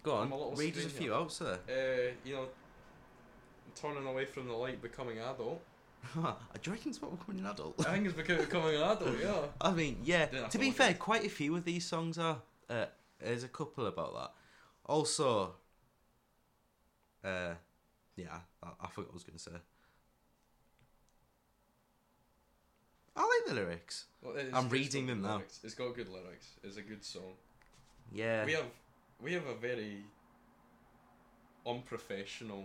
[SPEAKER 1] Go
[SPEAKER 2] I'm a little
[SPEAKER 1] on, read us a
[SPEAKER 2] screen
[SPEAKER 1] few out, sir.
[SPEAKER 2] Uh, you know, turning away from the light, becoming adult.
[SPEAKER 1] Do you reckon it's about becoming an adult?
[SPEAKER 2] I think it's because becoming an adult. Yeah.
[SPEAKER 1] I mean, yeah.
[SPEAKER 2] Didn't have
[SPEAKER 1] To
[SPEAKER 2] to
[SPEAKER 1] be
[SPEAKER 2] look
[SPEAKER 1] fair,
[SPEAKER 2] at it.
[SPEAKER 1] quite a few of these songs are. Uh, there's a couple about that. Also, uh, yeah, I, I forgot what I was gonna say. I like the lyrics.
[SPEAKER 2] Well, it's-
[SPEAKER 1] I'm
[SPEAKER 2] it's
[SPEAKER 1] reading
[SPEAKER 2] got
[SPEAKER 1] them
[SPEAKER 2] good
[SPEAKER 1] now.
[SPEAKER 2] lyrics. It's got good lyrics. It's a good song.
[SPEAKER 1] Yeah.
[SPEAKER 2] we have we have a very unprofessional.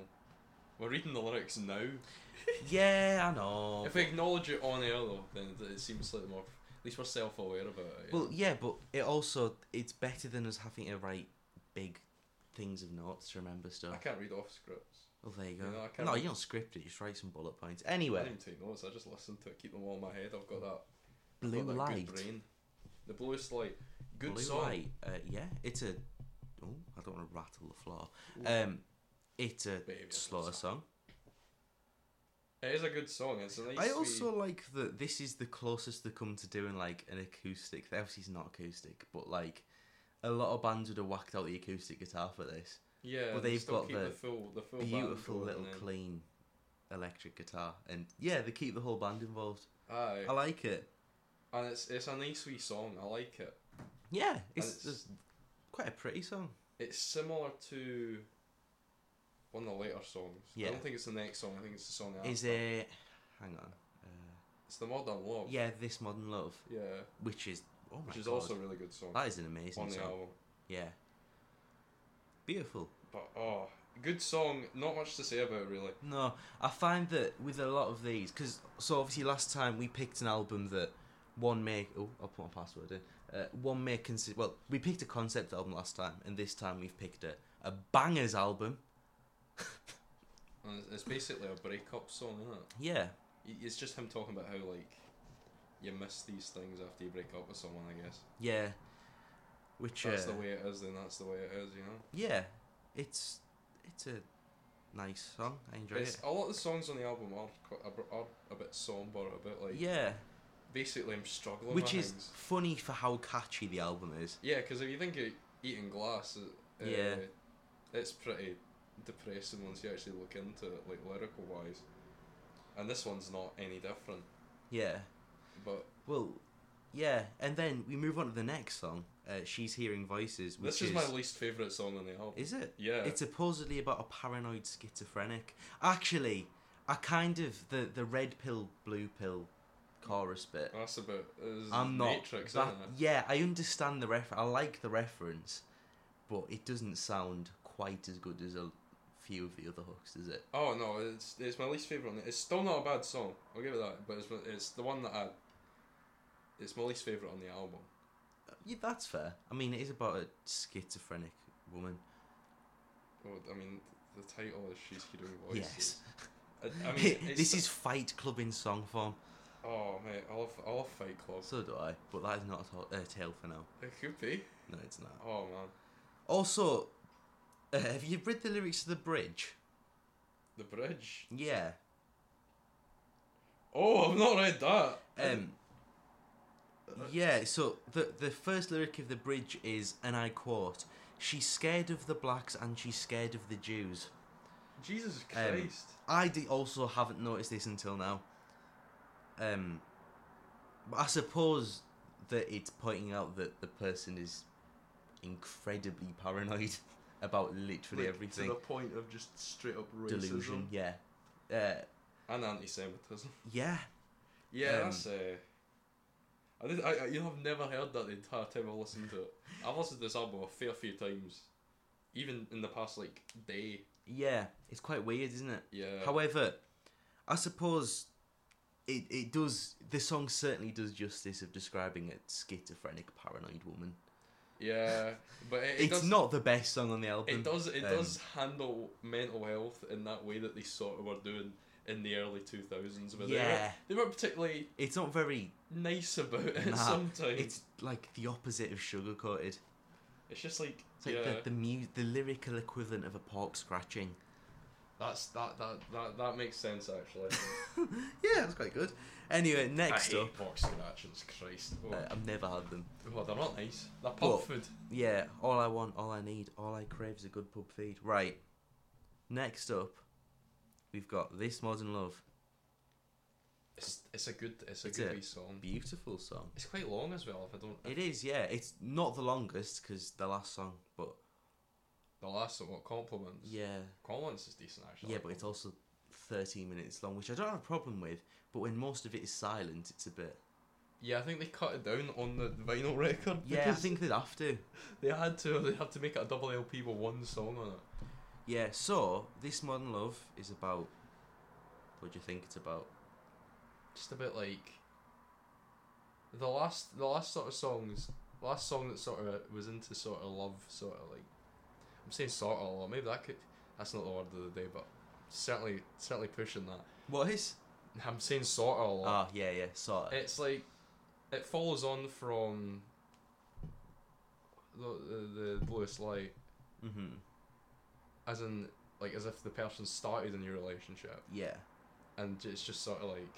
[SPEAKER 2] We're reading the lyrics now.
[SPEAKER 1] Yeah, I know.
[SPEAKER 2] If we acknowledge it on air though, then it- it seems slightly more. At least we're self-aware about it. yeah.
[SPEAKER 1] Well, yeah, but it also it's better than us having to write big things of notes to remember
[SPEAKER 2] I
[SPEAKER 1] stuff.
[SPEAKER 2] can't read off scripts.
[SPEAKER 1] Well, there you go.
[SPEAKER 2] You know, I can't
[SPEAKER 1] no,
[SPEAKER 2] re-
[SPEAKER 1] you don't script it. Just write some bullet points.
[SPEAKER 2] I
[SPEAKER 1] Anyway,
[SPEAKER 2] don't even take notes. I just listen to it, keep them all in my head. I've got that I've
[SPEAKER 1] blue
[SPEAKER 2] got that
[SPEAKER 1] light.
[SPEAKER 2] Good brain. The bluest light. Good
[SPEAKER 1] blue
[SPEAKER 2] song.
[SPEAKER 1] light. Uh, yeah, it's a. Oh, I don't want to rattle the floor.
[SPEAKER 2] Ooh.
[SPEAKER 1] Um, it's a
[SPEAKER 2] Baby, that's
[SPEAKER 1] slower
[SPEAKER 2] a
[SPEAKER 1] song.
[SPEAKER 2] It is a good song. It's a nice.
[SPEAKER 1] I
[SPEAKER 2] wee-
[SPEAKER 1] also like that this is the closest they come to doing like an acoustic. Obviously, it's not acoustic, but like a lot of bands would have whacked out the acoustic guitar for this.
[SPEAKER 2] yeah.
[SPEAKER 1] well,
[SPEAKER 2] they
[SPEAKER 1] they've
[SPEAKER 2] still
[SPEAKER 1] got
[SPEAKER 2] keep
[SPEAKER 1] the
[SPEAKER 2] full, the full band
[SPEAKER 1] beautiful
[SPEAKER 2] going
[SPEAKER 1] little
[SPEAKER 2] and then-
[SPEAKER 1] clean electric guitar and yeah they keep the whole band involved
[SPEAKER 2] Aye,
[SPEAKER 1] i like it
[SPEAKER 2] and it's it's a nice wee song. I like it.
[SPEAKER 1] yeah it's,
[SPEAKER 2] it's-
[SPEAKER 1] just quite a pretty song
[SPEAKER 2] It's similar to one of the later songs.
[SPEAKER 1] Yeah.
[SPEAKER 2] Oh, I don't think it's the next song. I think it's the song after.
[SPEAKER 1] is it hang on uh,
[SPEAKER 2] It's the modern love.
[SPEAKER 1] Yeah, This Modern Love,
[SPEAKER 2] Yeah.
[SPEAKER 1] which is oh my
[SPEAKER 2] Oh. Which is
[SPEAKER 1] god,
[SPEAKER 2] also a really good song
[SPEAKER 1] that is an amazing
[SPEAKER 2] on the
[SPEAKER 1] song.
[SPEAKER 2] album.
[SPEAKER 1] Yeah, beautiful.
[SPEAKER 2] But oh, good song. Not much to say about it really.
[SPEAKER 1] No, I find that with a lot of these, because so obviously last time we picked an album that one may oh I'll put my password in uh, one may consider well we picked a concept album last time and this time we've picked a a bangers album.
[SPEAKER 2] And it's- it's basically a breakup song, isn't it?
[SPEAKER 1] Yeah,
[SPEAKER 2] Y- It's just him talking about how like you miss these things after you break up with someone. I guess
[SPEAKER 1] yeah. Which
[SPEAKER 2] that's
[SPEAKER 1] uh,
[SPEAKER 2] the way it is. Then that's the way it is. You know.
[SPEAKER 1] yeah, it's it's a nice song. I enjoy
[SPEAKER 2] It's,
[SPEAKER 1] it.
[SPEAKER 2] a lot of the songs on the album are, quite, are, are a bit somber, a bit like
[SPEAKER 1] yeah,
[SPEAKER 2] basically I'm struggling.
[SPEAKER 1] which
[SPEAKER 2] with
[SPEAKER 1] is
[SPEAKER 2] things.
[SPEAKER 1] funny for how catchy the album is.
[SPEAKER 2] yeah, because if you think of eating glass, uh,
[SPEAKER 1] Yeah.
[SPEAKER 2] it's pretty depressing once you actually look into it, like lyrical wise. And this one's not any different,
[SPEAKER 1] Yeah.
[SPEAKER 2] but
[SPEAKER 1] Well, yeah, and then we move on to the next song. Uh, She's hearing voices. Which
[SPEAKER 2] this is, my least favorite song on the album.
[SPEAKER 1] Is it?
[SPEAKER 2] yeah,
[SPEAKER 1] It's supposedly about a paranoid schizophrenic. Actually, I kind of the the red pill, blue pill, chorus bit.
[SPEAKER 2] that's about. Is
[SPEAKER 1] I'm not.
[SPEAKER 2] Matrix,
[SPEAKER 1] that-
[SPEAKER 2] isn't it?
[SPEAKER 1] yeah, I understand the ref. I like the reference, but it doesn't sound quite as good as a few of the other hooks, does it?
[SPEAKER 2] Oh no, it's it's my least favorite on it. It's still not a bad song. I'll give it that, but it's it's the one that I. It's my least favorite on the album.
[SPEAKER 1] Uh, Yeah, that's fair. I mean, it is about a schizophrenic woman.
[SPEAKER 2] Well, I mean, the title is "She's Hearing Voices."
[SPEAKER 1] Yes.
[SPEAKER 2] I, I mean, it's
[SPEAKER 1] this is Fight Club in song form.
[SPEAKER 2] Oh mate, I love I love Fight Club.
[SPEAKER 1] So do I, but that is not a, to- a tale for now.
[SPEAKER 2] It could be.
[SPEAKER 1] No, it's not.
[SPEAKER 2] Oh man,
[SPEAKER 1] Also, uh, have you read the lyrics to The Bridge?
[SPEAKER 2] the bridge.
[SPEAKER 1] Yeah.
[SPEAKER 2] Oh, I've not read that.
[SPEAKER 1] Um, yeah, so the, the first lyric of The Bridge is, and I quote, She's scared of the blacks and she's scared of the Jews. um,
[SPEAKER 2] Jesus Christ.
[SPEAKER 1] I d- also haven't noticed this until now. Um, but I suppose that it's pointing out that the person is incredibly paranoid about literally
[SPEAKER 2] Like,
[SPEAKER 1] everything.
[SPEAKER 2] To the point of just straight up racism
[SPEAKER 1] delusion. Yeah, uh,
[SPEAKER 2] and anti-Semitism.
[SPEAKER 1] yeah.
[SPEAKER 2] Yeah,
[SPEAKER 1] Um,
[SPEAKER 2] that's. Uh, I did. I, I, you know, I've never heard that the entire time I listened to it. I've listened to this album a fair few times, even in the past like day.
[SPEAKER 1] Yeah, it's quite weird, isn't it?
[SPEAKER 2] Yeah.
[SPEAKER 1] However, I suppose it it does. The song certainly does justice of describing a schizophrenic, paranoid woman.
[SPEAKER 2] yeah, but it, it
[SPEAKER 1] it's
[SPEAKER 2] does,
[SPEAKER 1] not the best song on the album.
[SPEAKER 2] It does. It
[SPEAKER 1] um,
[SPEAKER 2] does handle mental health in that way that they sort of were doing in the early two thousands. But
[SPEAKER 1] Yeah.
[SPEAKER 2] they, were, they weren't particularly
[SPEAKER 1] It's not very.
[SPEAKER 2] nice about it.
[SPEAKER 1] Nah,
[SPEAKER 2] sometimes it's,
[SPEAKER 1] It's like the opposite of sugar coated.
[SPEAKER 2] just like,
[SPEAKER 1] It's like
[SPEAKER 2] yeah,
[SPEAKER 1] the the, mu- the lyrical equivalent of a pork scratching.
[SPEAKER 2] that's that, that that that makes sense actually.
[SPEAKER 1] yeah, that's quite good. Anyway, next
[SPEAKER 2] I hate
[SPEAKER 1] up,
[SPEAKER 2] box scratchings, Christ. Oh,
[SPEAKER 1] uh, I've never had them.
[SPEAKER 2] oh, they're not nice. They're pub
[SPEAKER 1] Well,
[SPEAKER 2] food.
[SPEAKER 1] Yeah, all I want, all I need, all I crave is a good pub feed. Right. Next up, we've got This Modern Love.
[SPEAKER 2] It's, it's a good it's a
[SPEAKER 1] It's
[SPEAKER 2] good
[SPEAKER 1] a-
[SPEAKER 2] wee song.
[SPEAKER 1] Beautiful song.
[SPEAKER 2] It's quite long as well. If I don't,
[SPEAKER 1] It is, yeah. It's not the longest because the last song, but
[SPEAKER 2] the last song, what compliments?
[SPEAKER 1] yeah,
[SPEAKER 2] compliments is decent actually.
[SPEAKER 1] yeah. But it's also thirteen minutes long, which I don't have a problem with. But when most of it is silent, it's a bit.
[SPEAKER 2] yeah. I think they cut it down on the vinyl record.
[SPEAKER 1] Yeah, I
[SPEAKER 2] because
[SPEAKER 1] think they'd have to.
[SPEAKER 2] they had to. They had to make it a double LP with one song on it.
[SPEAKER 1] Yeah. So This Modern Love is about. What do you think it's about?
[SPEAKER 2] Just a bit like the last the last sort of songs. Last song that sort of was into sort of love, sort of like I'm saying sort of a lot. Maybe that could that's not the word of the day, but certainly certainly pushing that.
[SPEAKER 1] What is?
[SPEAKER 2] I'm saying sort of a lot.
[SPEAKER 1] Ah, yeah, yeah, sort of.
[SPEAKER 2] It's like it follows on from the the, the bluest light,
[SPEAKER 1] Mhm.
[SPEAKER 2] as in like as if the person started a new relationship,
[SPEAKER 1] Yeah.
[SPEAKER 2] and it's just sort of like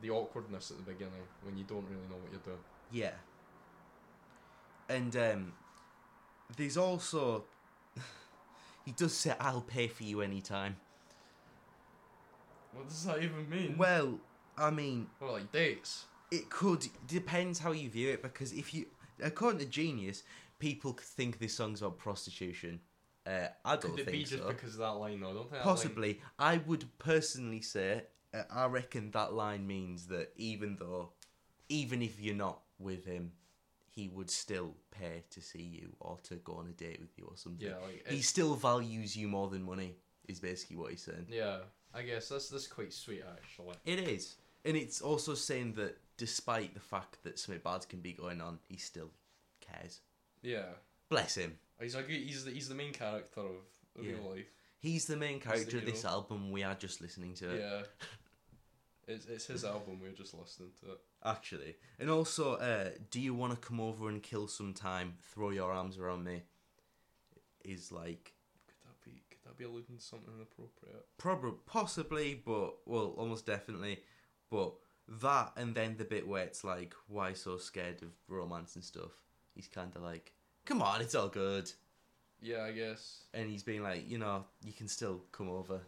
[SPEAKER 2] the awkwardness at the beginning when you don't really know what you're doing.
[SPEAKER 1] Yeah. And um, there's also he does say, "I'll pay for you anytime."
[SPEAKER 2] What does that even mean?
[SPEAKER 1] Well, I mean,
[SPEAKER 2] Well, like dates.
[SPEAKER 1] it could depends how you view it because if you, according to Genius, people could think this song's about prostitution. Uh, I don't
[SPEAKER 2] Could it
[SPEAKER 1] think
[SPEAKER 2] be just
[SPEAKER 1] so.
[SPEAKER 2] because of that line though? I don't think that line-
[SPEAKER 1] Possibly, I would personally say uh, I reckon that line means that even though, even if you're not with him, he would still pay to see you or to go on a date with you or something.
[SPEAKER 2] Yeah, like
[SPEAKER 1] he
[SPEAKER 2] it-
[SPEAKER 1] still values you more than money. Is basically what he's saying.
[SPEAKER 2] yeah. I guess that's that's quite sweet actually.
[SPEAKER 1] It is, and it's also saying that despite the fact that something bad can be going on, he still cares.
[SPEAKER 2] Yeah,
[SPEAKER 1] Bless him.
[SPEAKER 2] he's like he's the he's the main character of of
[SPEAKER 1] Yeah.
[SPEAKER 2] real life.
[SPEAKER 1] He's the main character of this
[SPEAKER 2] hero.
[SPEAKER 1] album. We are just listening to it.
[SPEAKER 2] Yeah, it's it's his album. We're just listening to it.
[SPEAKER 1] actually. And also, uh, do you want to come over and kill some time? Throw your arms around me. Is like
[SPEAKER 2] Could that be could that be alluding to something inappropriate?
[SPEAKER 1] probably possibly, but well, almost definitely. But that and then the bit where it's like, why so scared of romance and stuff? He's kind of like, come on, it's all good.
[SPEAKER 2] Yeah, I guess.
[SPEAKER 1] And he's being like, you know, you can still come over.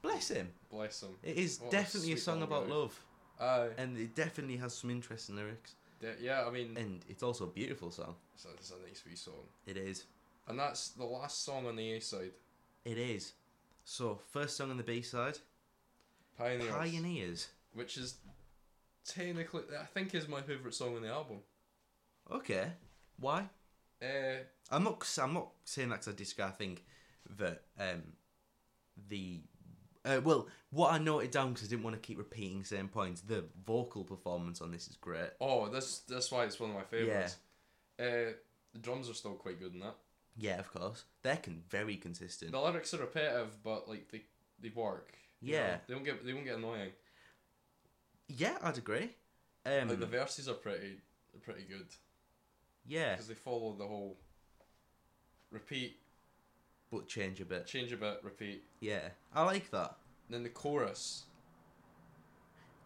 [SPEAKER 1] Bless him.
[SPEAKER 2] Bless him.
[SPEAKER 1] It is
[SPEAKER 2] What a
[SPEAKER 1] definitely a,
[SPEAKER 2] sweet
[SPEAKER 1] song
[SPEAKER 2] little
[SPEAKER 1] about
[SPEAKER 2] guy.
[SPEAKER 1] love,
[SPEAKER 2] Aye.
[SPEAKER 1] and it definitely has some interesting lyrics,
[SPEAKER 2] De- yeah, I mean,
[SPEAKER 1] and it's also a beautiful song.
[SPEAKER 2] it's a, it's a nice wee song,
[SPEAKER 1] It is.
[SPEAKER 2] and that's the last song on the A side.
[SPEAKER 1] It is. So first song on the B side,
[SPEAKER 2] Pioneers,
[SPEAKER 1] Pioneers.
[SPEAKER 2] which is technically I think is my favorite song on the album.
[SPEAKER 1] Okay, why?
[SPEAKER 2] Uh,
[SPEAKER 1] I'm not. I'm not saying that 'cause I disagree. I think that um, the uh, well, what I noted down because I didn't want to keep repeating same points. The vocal performance on this is great.
[SPEAKER 2] oh, that's that's why it's one of my favorites. Uh, the drums are still quite good in that.
[SPEAKER 1] Yeah, of course. They're con- very consistent.
[SPEAKER 2] The lyrics are repetitive, but like they they work. you
[SPEAKER 1] Yeah.
[SPEAKER 2] know? they don't get they don't get annoying.
[SPEAKER 1] Yeah, I'd agree. Um,
[SPEAKER 2] Like the verses are pretty are pretty good
[SPEAKER 1] yeah,
[SPEAKER 2] because they follow the whole repeat,
[SPEAKER 1] but change a bit.
[SPEAKER 2] change a bit, repeat.
[SPEAKER 1] Yeah, I like that.
[SPEAKER 2] Then the chorus,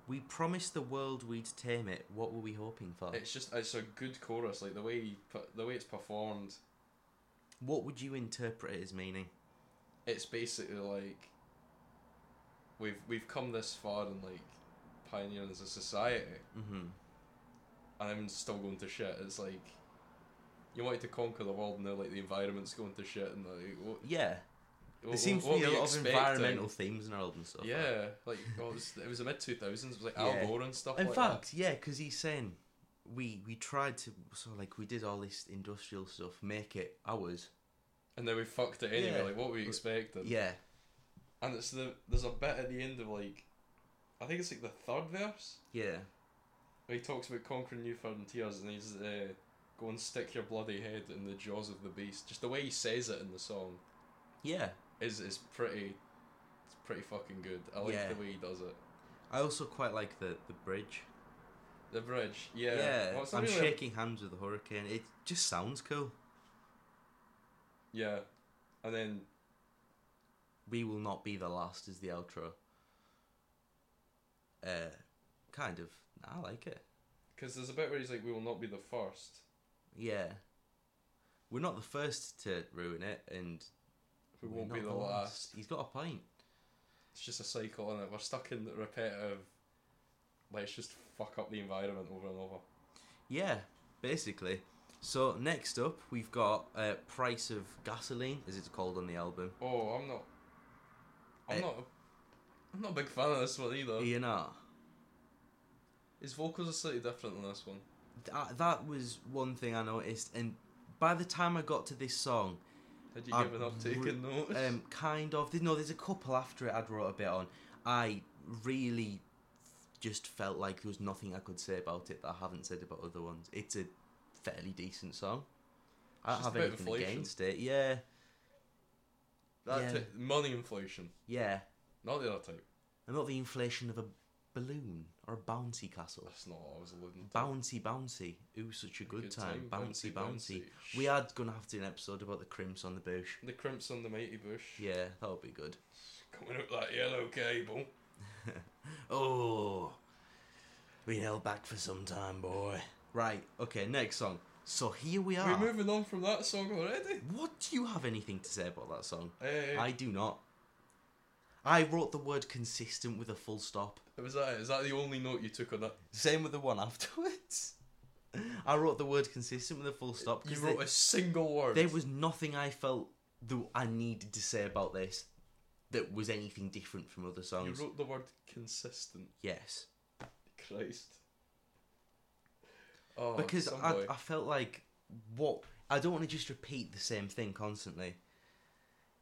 [SPEAKER 1] We promised the world we'd tame it. What were we hoping for?
[SPEAKER 2] it's just it's a good chorus. Like the way he put, the way it's performed,
[SPEAKER 1] What would you interpret it as meaning?
[SPEAKER 2] it's basically like we've we've come this far and like pioneering as a society,
[SPEAKER 1] Mm-hmm.
[SPEAKER 2] and I'm still going to shit. It's like you wanted to conquer the world, and now like the environment's going to shit, and like what,
[SPEAKER 1] Yeah.
[SPEAKER 2] what-
[SPEAKER 1] There seems to
[SPEAKER 2] what
[SPEAKER 1] be a
[SPEAKER 2] were you
[SPEAKER 1] lot
[SPEAKER 2] expecting?
[SPEAKER 1] of environmental themes in our album stuff.
[SPEAKER 2] Yeah, like well, it was, it was the mid two thousands. It was like Al
[SPEAKER 1] Yeah.
[SPEAKER 2] Gore and stuff.
[SPEAKER 1] In
[SPEAKER 2] like
[SPEAKER 1] fact, yeah, because he's saying we we tried to so like we did all this industrial stuff, make it ours.
[SPEAKER 2] that. and then we fucked it anyway.
[SPEAKER 1] Yeah.
[SPEAKER 2] Like what were you expecting?
[SPEAKER 1] Yeah,
[SPEAKER 2] and it's the there's a bit at the end of like, I think it's like the third verse.
[SPEAKER 1] yeah,
[SPEAKER 2] He talks about conquering new frontiers and he's uh, go and stick your bloody head in the jaws of the beast. Just the way he says it in the song
[SPEAKER 1] yeah.
[SPEAKER 2] is is pretty, it's pretty fucking good. I like
[SPEAKER 1] Yeah.
[SPEAKER 2] the way he does it.
[SPEAKER 1] I also quite like the the bridge.
[SPEAKER 2] The bridge, yeah.
[SPEAKER 1] Yeah,
[SPEAKER 2] Well, it's not
[SPEAKER 1] I'm
[SPEAKER 2] really a-
[SPEAKER 1] shaking hands with the hurricane. It just sounds cool.
[SPEAKER 2] Yeah, and then
[SPEAKER 1] We will not be the last is the outro. Uh, kind of. I like it.
[SPEAKER 2] because there's a bit where he's like, "We will not be the first.
[SPEAKER 1] Yeah. We're not the first to ruin it, and
[SPEAKER 2] We
[SPEAKER 1] we're
[SPEAKER 2] won't
[SPEAKER 1] not
[SPEAKER 2] be the last.
[SPEAKER 1] He's got a point.
[SPEAKER 2] It's just a cycle, and we're stuck in the repetitive. Let's just fuck up the environment over and over.
[SPEAKER 1] Yeah, basically. So next up, we've got uh, "Price of Gasoline," as it's called on the album.
[SPEAKER 2] Oh, I'm not. I'm
[SPEAKER 1] Eh.
[SPEAKER 2] not. I'm not a big fan of this one either.
[SPEAKER 1] You know,
[SPEAKER 2] His vocals are slightly different than this one.
[SPEAKER 1] that, that was one thing I noticed, and by the time I got to this song,
[SPEAKER 2] Had you
[SPEAKER 1] I
[SPEAKER 2] given up
[SPEAKER 1] re-
[SPEAKER 2] taking notes?
[SPEAKER 1] Ah, um, kind of, no, there's a couple after it I'd wrote a bit on. I really just felt like there was nothing I could say about it that I haven't said about other ones. It's a fairly decent song. I don't
[SPEAKER 2] It's just
[SPEAKER 1] have
[SPEAKER 2] a bit of
[SPEAKER 1] anything
[SPEAKER 2] inflation.
[SPEAKER 1] against it. Yeah,
[SPEAKER 2] that
[SPEAKER 1] yeah.
[SPEAKER 2] ti- money inflation,
[SPEAKER 1] yeah,
[SPEAKER 2] not the other type.
[SPEAKER 1] and not the inflation of a balloon or a bouncy castle.
[SPEAKER 2] That's not what I was alluding to.
[SPEAKER 1] Bouncy, bouncy. Ooh, such a good, time. Bouncy, bouncy. We
[SPEAKER 2] Shh.
[SPEAKER 1] are going to have to do an episode about the crimps on the bush.
[SPEAKER 2] the crimps on the mighty bush.
[SPEAKER 1] Yeah, that would be good.
[SPEAKER 2] Coming up that yellow cable.
[SPEAKER 1] Oh, we held back for some time, boy. Right, okay, next song. So here we are.
[SPEAKER 2] We're moving on from that song already.
[SPEAKER 1] what do you have anything to say about that song?
[SPEAKER 2] Hey,
[SPEAKER 1] I do not. I wrote the word consistent with a full stop.
[SPEAKER 2] was that? it? Is that the only note you took on that?
[SPEAKER 1] Same with the one afterwards. I wrote the word consistent with a full stop
[SPEAKER 2] You
[SPEAKER 1] because
[SPEAKER 2] wrote a single word.
[SPEAKER 1] There was nothing I felt that I needed to say about this. that was anything different from other
[SPEAKER 2] You
[SPEAKER 1] songs.
[SPEAKER 2] wrote the word consistent.
[SPEAKER 1] yes,
[SPEAKER 2] Christ. Oh,
[SPEAKER 1] because
[SPEAKER 2] some
[SPEAKER 1] I,
[SPEAKER 2] boy.
[SPEAKER 1] I felt like what I don't want to just repeat the same thing constantly.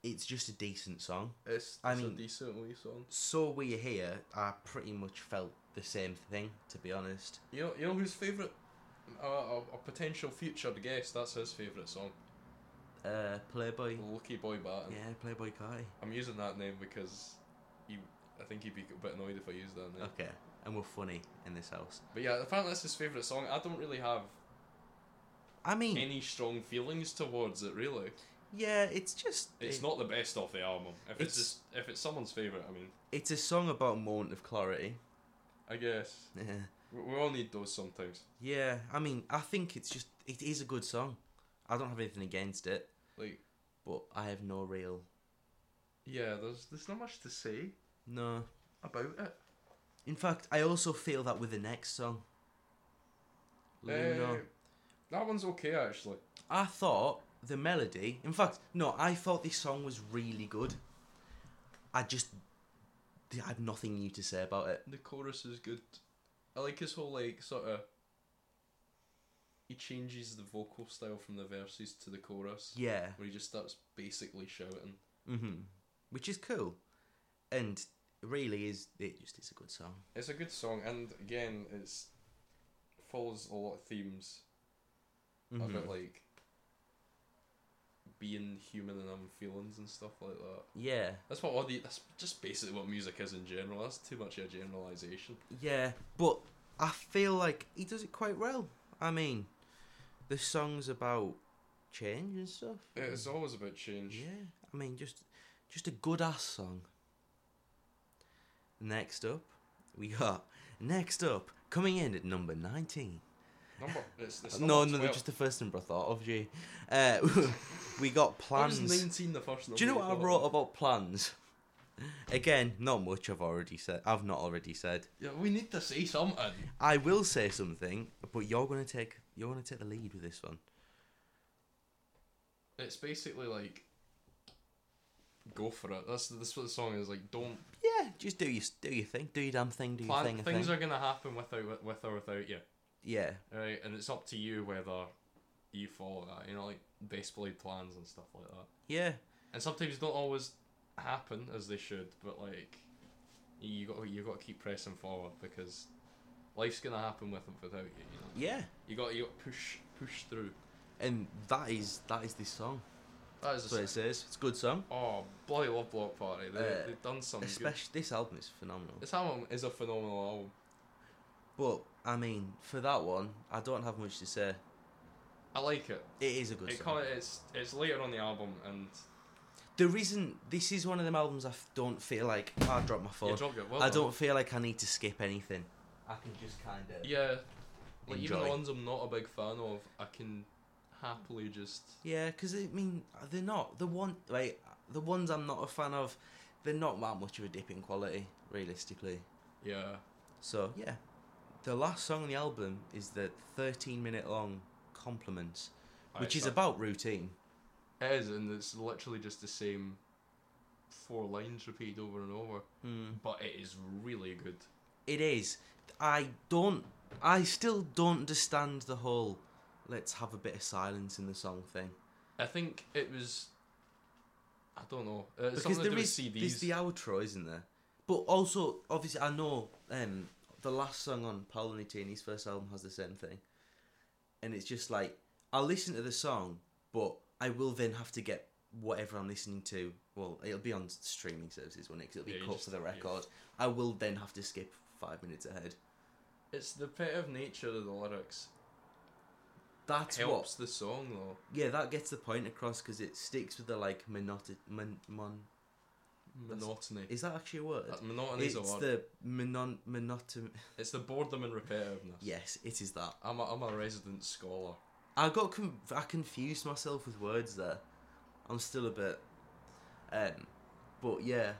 [SPEAKER 1] It's just a decent song.
[SPEAKER 2] it's,
[SPEAKER 1] I
[SPEAKER 2] it's a
[SPEAKER 1] mean-
[SPEAKER 2] decently song.
[SPEAKER 1] So we here, I pretty much felt the same thing. To be honest,
[SPEAKER 2] You know, you know whose favourite, uh, a, a potential future guest. That's his favourite song.
[SPEAKER 1] uh, Playboy.
[SPEAKER 2] Lucky Boy Batten.
[SPEAKER 1] Yeah, Playboy Carti.
[SPEAKER 2] I'm using that name because he, I think he'd be a bit annoyed if I used that name.
[SPEAKER 1] Okay, and we're funny in this house.
[SPEAKER 2] But yeah, apparently that's his favourite song. I don't really have
[SPEAKER 1] I mean,
[SPEAKER 2] any strong feelings towards it. Really,
[SPEAKER 1] yeah, it's just
[SPEAKER 2] it's
[SPEAKER 1] it-
[SPEAKER 2] not the best off the album. If Eh. it's,
[SPEAKER 1] It's-
[SPEAKER 2] just, if it's someone's favourite, I mean,
[SPEAKER 1] It's a song about a moment of clarity.
[SPEAKER 2] I guess
[SPEAKER 1] Yeah.
[SPEAKER 2] we, we all need those sometimes.
[SPEAKER 1] Yeah, I mean, I think it's just it is a good song. I don't have anything against it,
[SPEAKER 2] Like
[SPEAKER 1] but I have no real
[SPEAKER 2] yeah, there's there's not much to say
[SPEAKER 1] no.
[SPEAKER 2] about it.
[SPEAKER 1] In fact, I also feel that with the next song, Luna.
[SPEAKER 2] Eh, that one's okay actually.
[SPEAKER 1] I thought the melody. In fact, no, I thought this song was really good. I just I had nothing new to say about it.
[SPEAKER 2] The chorus is good. I like his whole like sort of. He changes the vocal style from the verses to the chorus,
[SPEAKER 1] Yeah.
[SPEAKER 2] where he just starts basically shouting.
[SPEAKER 1] Mhm. Which is cool, and really is it just is a good song.
[SPEAKER 2] It's a good song, and again, it's follows a lot of themes
[SPEAKER 1] Mhm.
[SPEAKER 2] about like being human and having feelings and stuff like that.
[SPEAKER 1] Yeah.
[SPEAKER 2] That's what all the that's just basically what music is in general. That's too much of a generalization.
[SPEAKER 1] Yeah, but I feel like he does it quite well. I mean, the song's about change and stuff.
[SPEAKER 2] It's always about change.
[SPEAKER 1] Mm. Yeah, I mean, just just a good ass song. Next up, we got next up coming in at number nineteen.
[SPEAKER 2] Number it's, it's
[SPEAKER 1] no,
[SPEAKER 2] number
[SPEAKER 1] no,
[SPEAKER 2] 12.
[SPEAKER 1] just the first number I thought of. Gee, uh, we got
[SPEAKER 2] Why was
[SPEAKER 1] plans.
[SPEAKER 2] nineteen the first number.
[SPEAKER 1] Do you know what I
[SPEAKER 2] thought
[SPEAKER 1] wrote
[SPEAKER 2] of?
[SPEAKER 1] about plans? Again, not much. I've already said. I've not already said.
[SPEAKER 2] Yeah, we need to say something.
[SPEAKER 1] I will say something, but you're gonna take you're gonna take the lead with this one.
[SPEAKER 2] It's basically like go for it. That's that's what the song is like. Don't
[SPEAKER 1] Yeah, just do your do your thing, do your damn thing, do your
[SPEAKER 2] plan.
[SPEAKER 1] thing. a
[SPEAKER 2] Things
[SPEAKER 1] thing.
[SPEAKER 2] are gonna happen without with or without you.
[SPEAKER 1] Yeah,
[SPEAKER 2] Right, and it's up to you whether you follow that, you know, like basically plans and stuff like that.
[SPEAKER 1] yeah,
[SPEAKER 2] And sometimes don't always happen as they should, but like you got you got to keep pressing forward because life's gonna happen with and without you. You know,
[SPEAKER 1] yeah.
[SPEAKER 2] you got you got to push push through.
[SPEAKER 1] And that is that is this song.
[SPEAKER 2] That is
[SPEAKER 1] That's what
[SPEAKER 2] a,
[SPEAKER 1] it
[SPEAKER 2] s-
[SPEAKER 1] says. It's a good song.
[SPEAKER 2] oh bloody love block party. They
[SPEAKER 1] Uh,
[SPEAKER 2] they've done some good.
[SPEAKER 1] Especially this album is phenomenal.
[SPEAKER 2] This album is a phenomenal album.
[SPEAKER 1] But I mean, for that one, I don't have much to say.
[SPEAKER 2] I like it.
[SPEAKER 1] It is a good
[SPEAKER 2] It
[SPEAKER 1] song.
[SPEAKER 2] kind it's it's later on the album and
[SPEAKER 1] The reason this is one of them albums I f- don't feel like oh, I dropped my phone.
[SPEAKER 2] you dropped it. Well
[SPEAKER 1] I
[SPEAKER 2] done.
[SPEAKER 1] don't feel like I need to skip anything. I can just kind of.
[SPEAKER 2] Yeah, like even
[SPEAKER 1] Enjoy.
[SPEAKER 2] the ones I'm not a big fan of, I can happily just.
[SPEAKER 1] Yeah, because I mean, they're not the one like the ones I'm not a fan of. They're not that much of a dip in quality, realistically.
[SPEAKER 2] Yeah,
[SPEAKER 1] So yeah, the last song on the album is the 13 minute long compliments, which is
[SPEAKER 2] a
[SPEAKER 1] about routine.
[SPEAKER 2] it is, and it's literally just the same four lines repeated over and over,
[SPEAKER 1] Mm.
[SPEAKER 2] but it is really good.
[SPEAKER 1] It is. I don't. I still don't understand the whole "let's have a bit of silence in the song" thing
[SPEAKER 2] I think it was. I don't know. Uh,
[SPEAKER 1] because
[SPEAKER 2] something to
[SPEAKER 1] there
[SPEAKER 2] do with
[SPEAKER 1] is
[SPEAKER 2] CDs.
[SPEAKER 1] there's the outro, isn't there? But also, obviously, I know um, the last song on Paolo Nutini's first album has the same thing, and it's just like I'll listen to the song, but I will then have to get whatever I'm listening to. Well, it'll be on streaming services, won't it? 'Cause
[SPEAKER 2] Yeah,
[SPEAKER 1] it'll
[SPEAKER 2] you
[SPEAKER 1] be cut
[SPEAKER 2] just-
[SPEAKER 1] for the
[SPEAKER 2] yeah.
[SPEAKER 1] record. I will then have to skip five minutes ahead.
[SPEAKER 2] It's the repetitive nature of the lyrics.
[SPEAKER 1] That's what
[SPEAKER 2] helps the song though.
[SPEAKER 1] Yeah, that gets the point across because it sticks with the like monotony. Mon, mon, That's-
[SPEAKER 2] Monotony.
[SPEAKER 1] is that actually a word?
[SPEAKER 2] That monotony
[SPEAKER 1] It's
[SPEAKER 2] is a word.
[SPEAKER 1] the monon, monotony.
[SPEAKER 2] It's the boredom and repetitiveness.
[SPEAKER 1] Yes, it is that.
[SPEAKER 2] I'm a, I'm a resident scholar.
[SPEAKER 1] I got com- I confused myself with words there. I'm still a bit. Um, but yeah,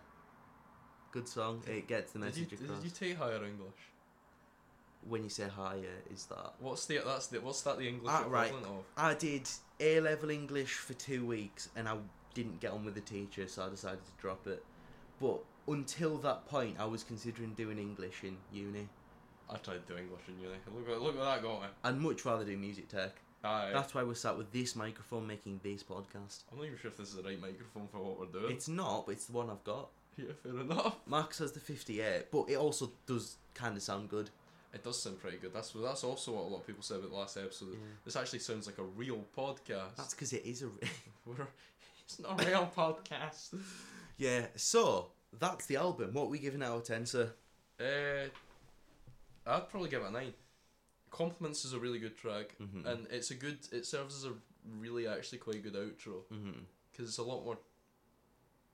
[SPEAKER 1] good song. It gets the
[SPEAKER 2] Did you,
[SPEAKER 1] message
[SPEAKER 2] did
[SPEAKER 1] across.
[SPEAKER 2] you take higher English?
[SPEAKER 1] when you say higher, is that?
[SPEAKER 2] What's the that's the what's that the English
[SPEAKER 1] Ah, right.
[SPEAKER 2] equivalent of?
[SPEAKER 1] I did A level English for two weeks and I didn't get on with the teacher, so I decided to drop it. But until that point, I was considering doing English in uni.
[SPEAKER 2] I tried to do English in uni. Look, what- look what that got me.
[SPEAKER 1] I'd much rather do music tech.
[SPEAKER 2] Aye.
[SPEAKER 1] That's why we're sat with this microphone making this podcast.
[SPEAKER 2] I'm not even sure if this is the right microphone for what we're doing.
[SPEAKER 1] It's not, but it's the one I've got.
[SPEAKER 2] yeah, fair enough.
[SPEAKER 1] Max has the 58, but it also does kind of sound good.
[SPEAKER 2] It does sound pretty good. That's that's also what a lot of people said about the last episode. This actually sounds like a real podcast.
[SPEAKER 1] That's because it is a.
[SPEAKER 2] We're, it's not a real podcast.
[SPEAKER 1] yeah, so that's the album. What are we giving out of 10, sir?
[SPEAKER 2] Uh, I'd probably give it a nine. Compliments is a really good track,
[SPEAKER 1] Mhm.
[SPEAKER 2] and it's a good. It serves as a really actually quite good outro
[SPEAKER 1] Mm-hmm.
[SPEAKER 2] because it's a lot more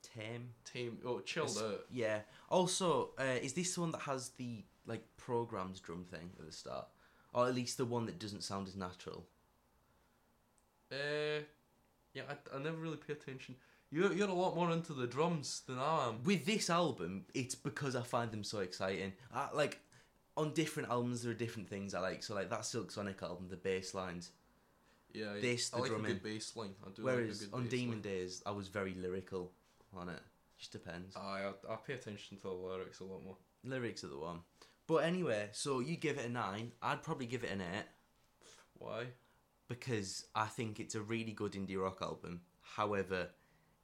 [SPEAKER 1] Tame.
[SPEAKER 2] tame. Oh, chilled
[SPEAKER 1] It's-
[SPEAKER 2] out.
[SPEAKER 1] Yeah. Also, uh, is this the one that has the like programmed drum thing at the start, or at least the one that doesn't sound as natural?
[SPEAKER 2] Uh, yeah, I, I never really pay attention. You're you're a lot more into the drums than I am.
[SPEAKER 1] With this album, it's because I find them so exciting. I, like on different albums, there are different things I like. So like that Silk Sonic album, the bass lines.
[SPEAKER 2] Yeah, I-
[SPEAKER 1] This,
[SPEAKER 2] I
[SPEAKER 1] the
[SPEAKER 2] like a
[SPEAKER 1] drumming.
[SPEAKER 2] good bass line. I do
[SPEAKER 1] Whereas
[SPEAKER 2] like a good
[SPEAKER 1] on
[SPEAKER 2] bass
[SPEAKER 1] Demon
[SPEAKER 2] line.
[SPEAKER 1] Days, I was very lyrical on it. Just depends.
[SPEAKER 2] Aye, I, I pay attention to the lyrics a lot more.
[SPEAKER 1] Lyrics are the one. But anyway, so you give it a nine. I'd probably give it an eight.
[SPEAKER 2] Why?
[SPEAKER 1] because I think it's a really good indie rock album. However,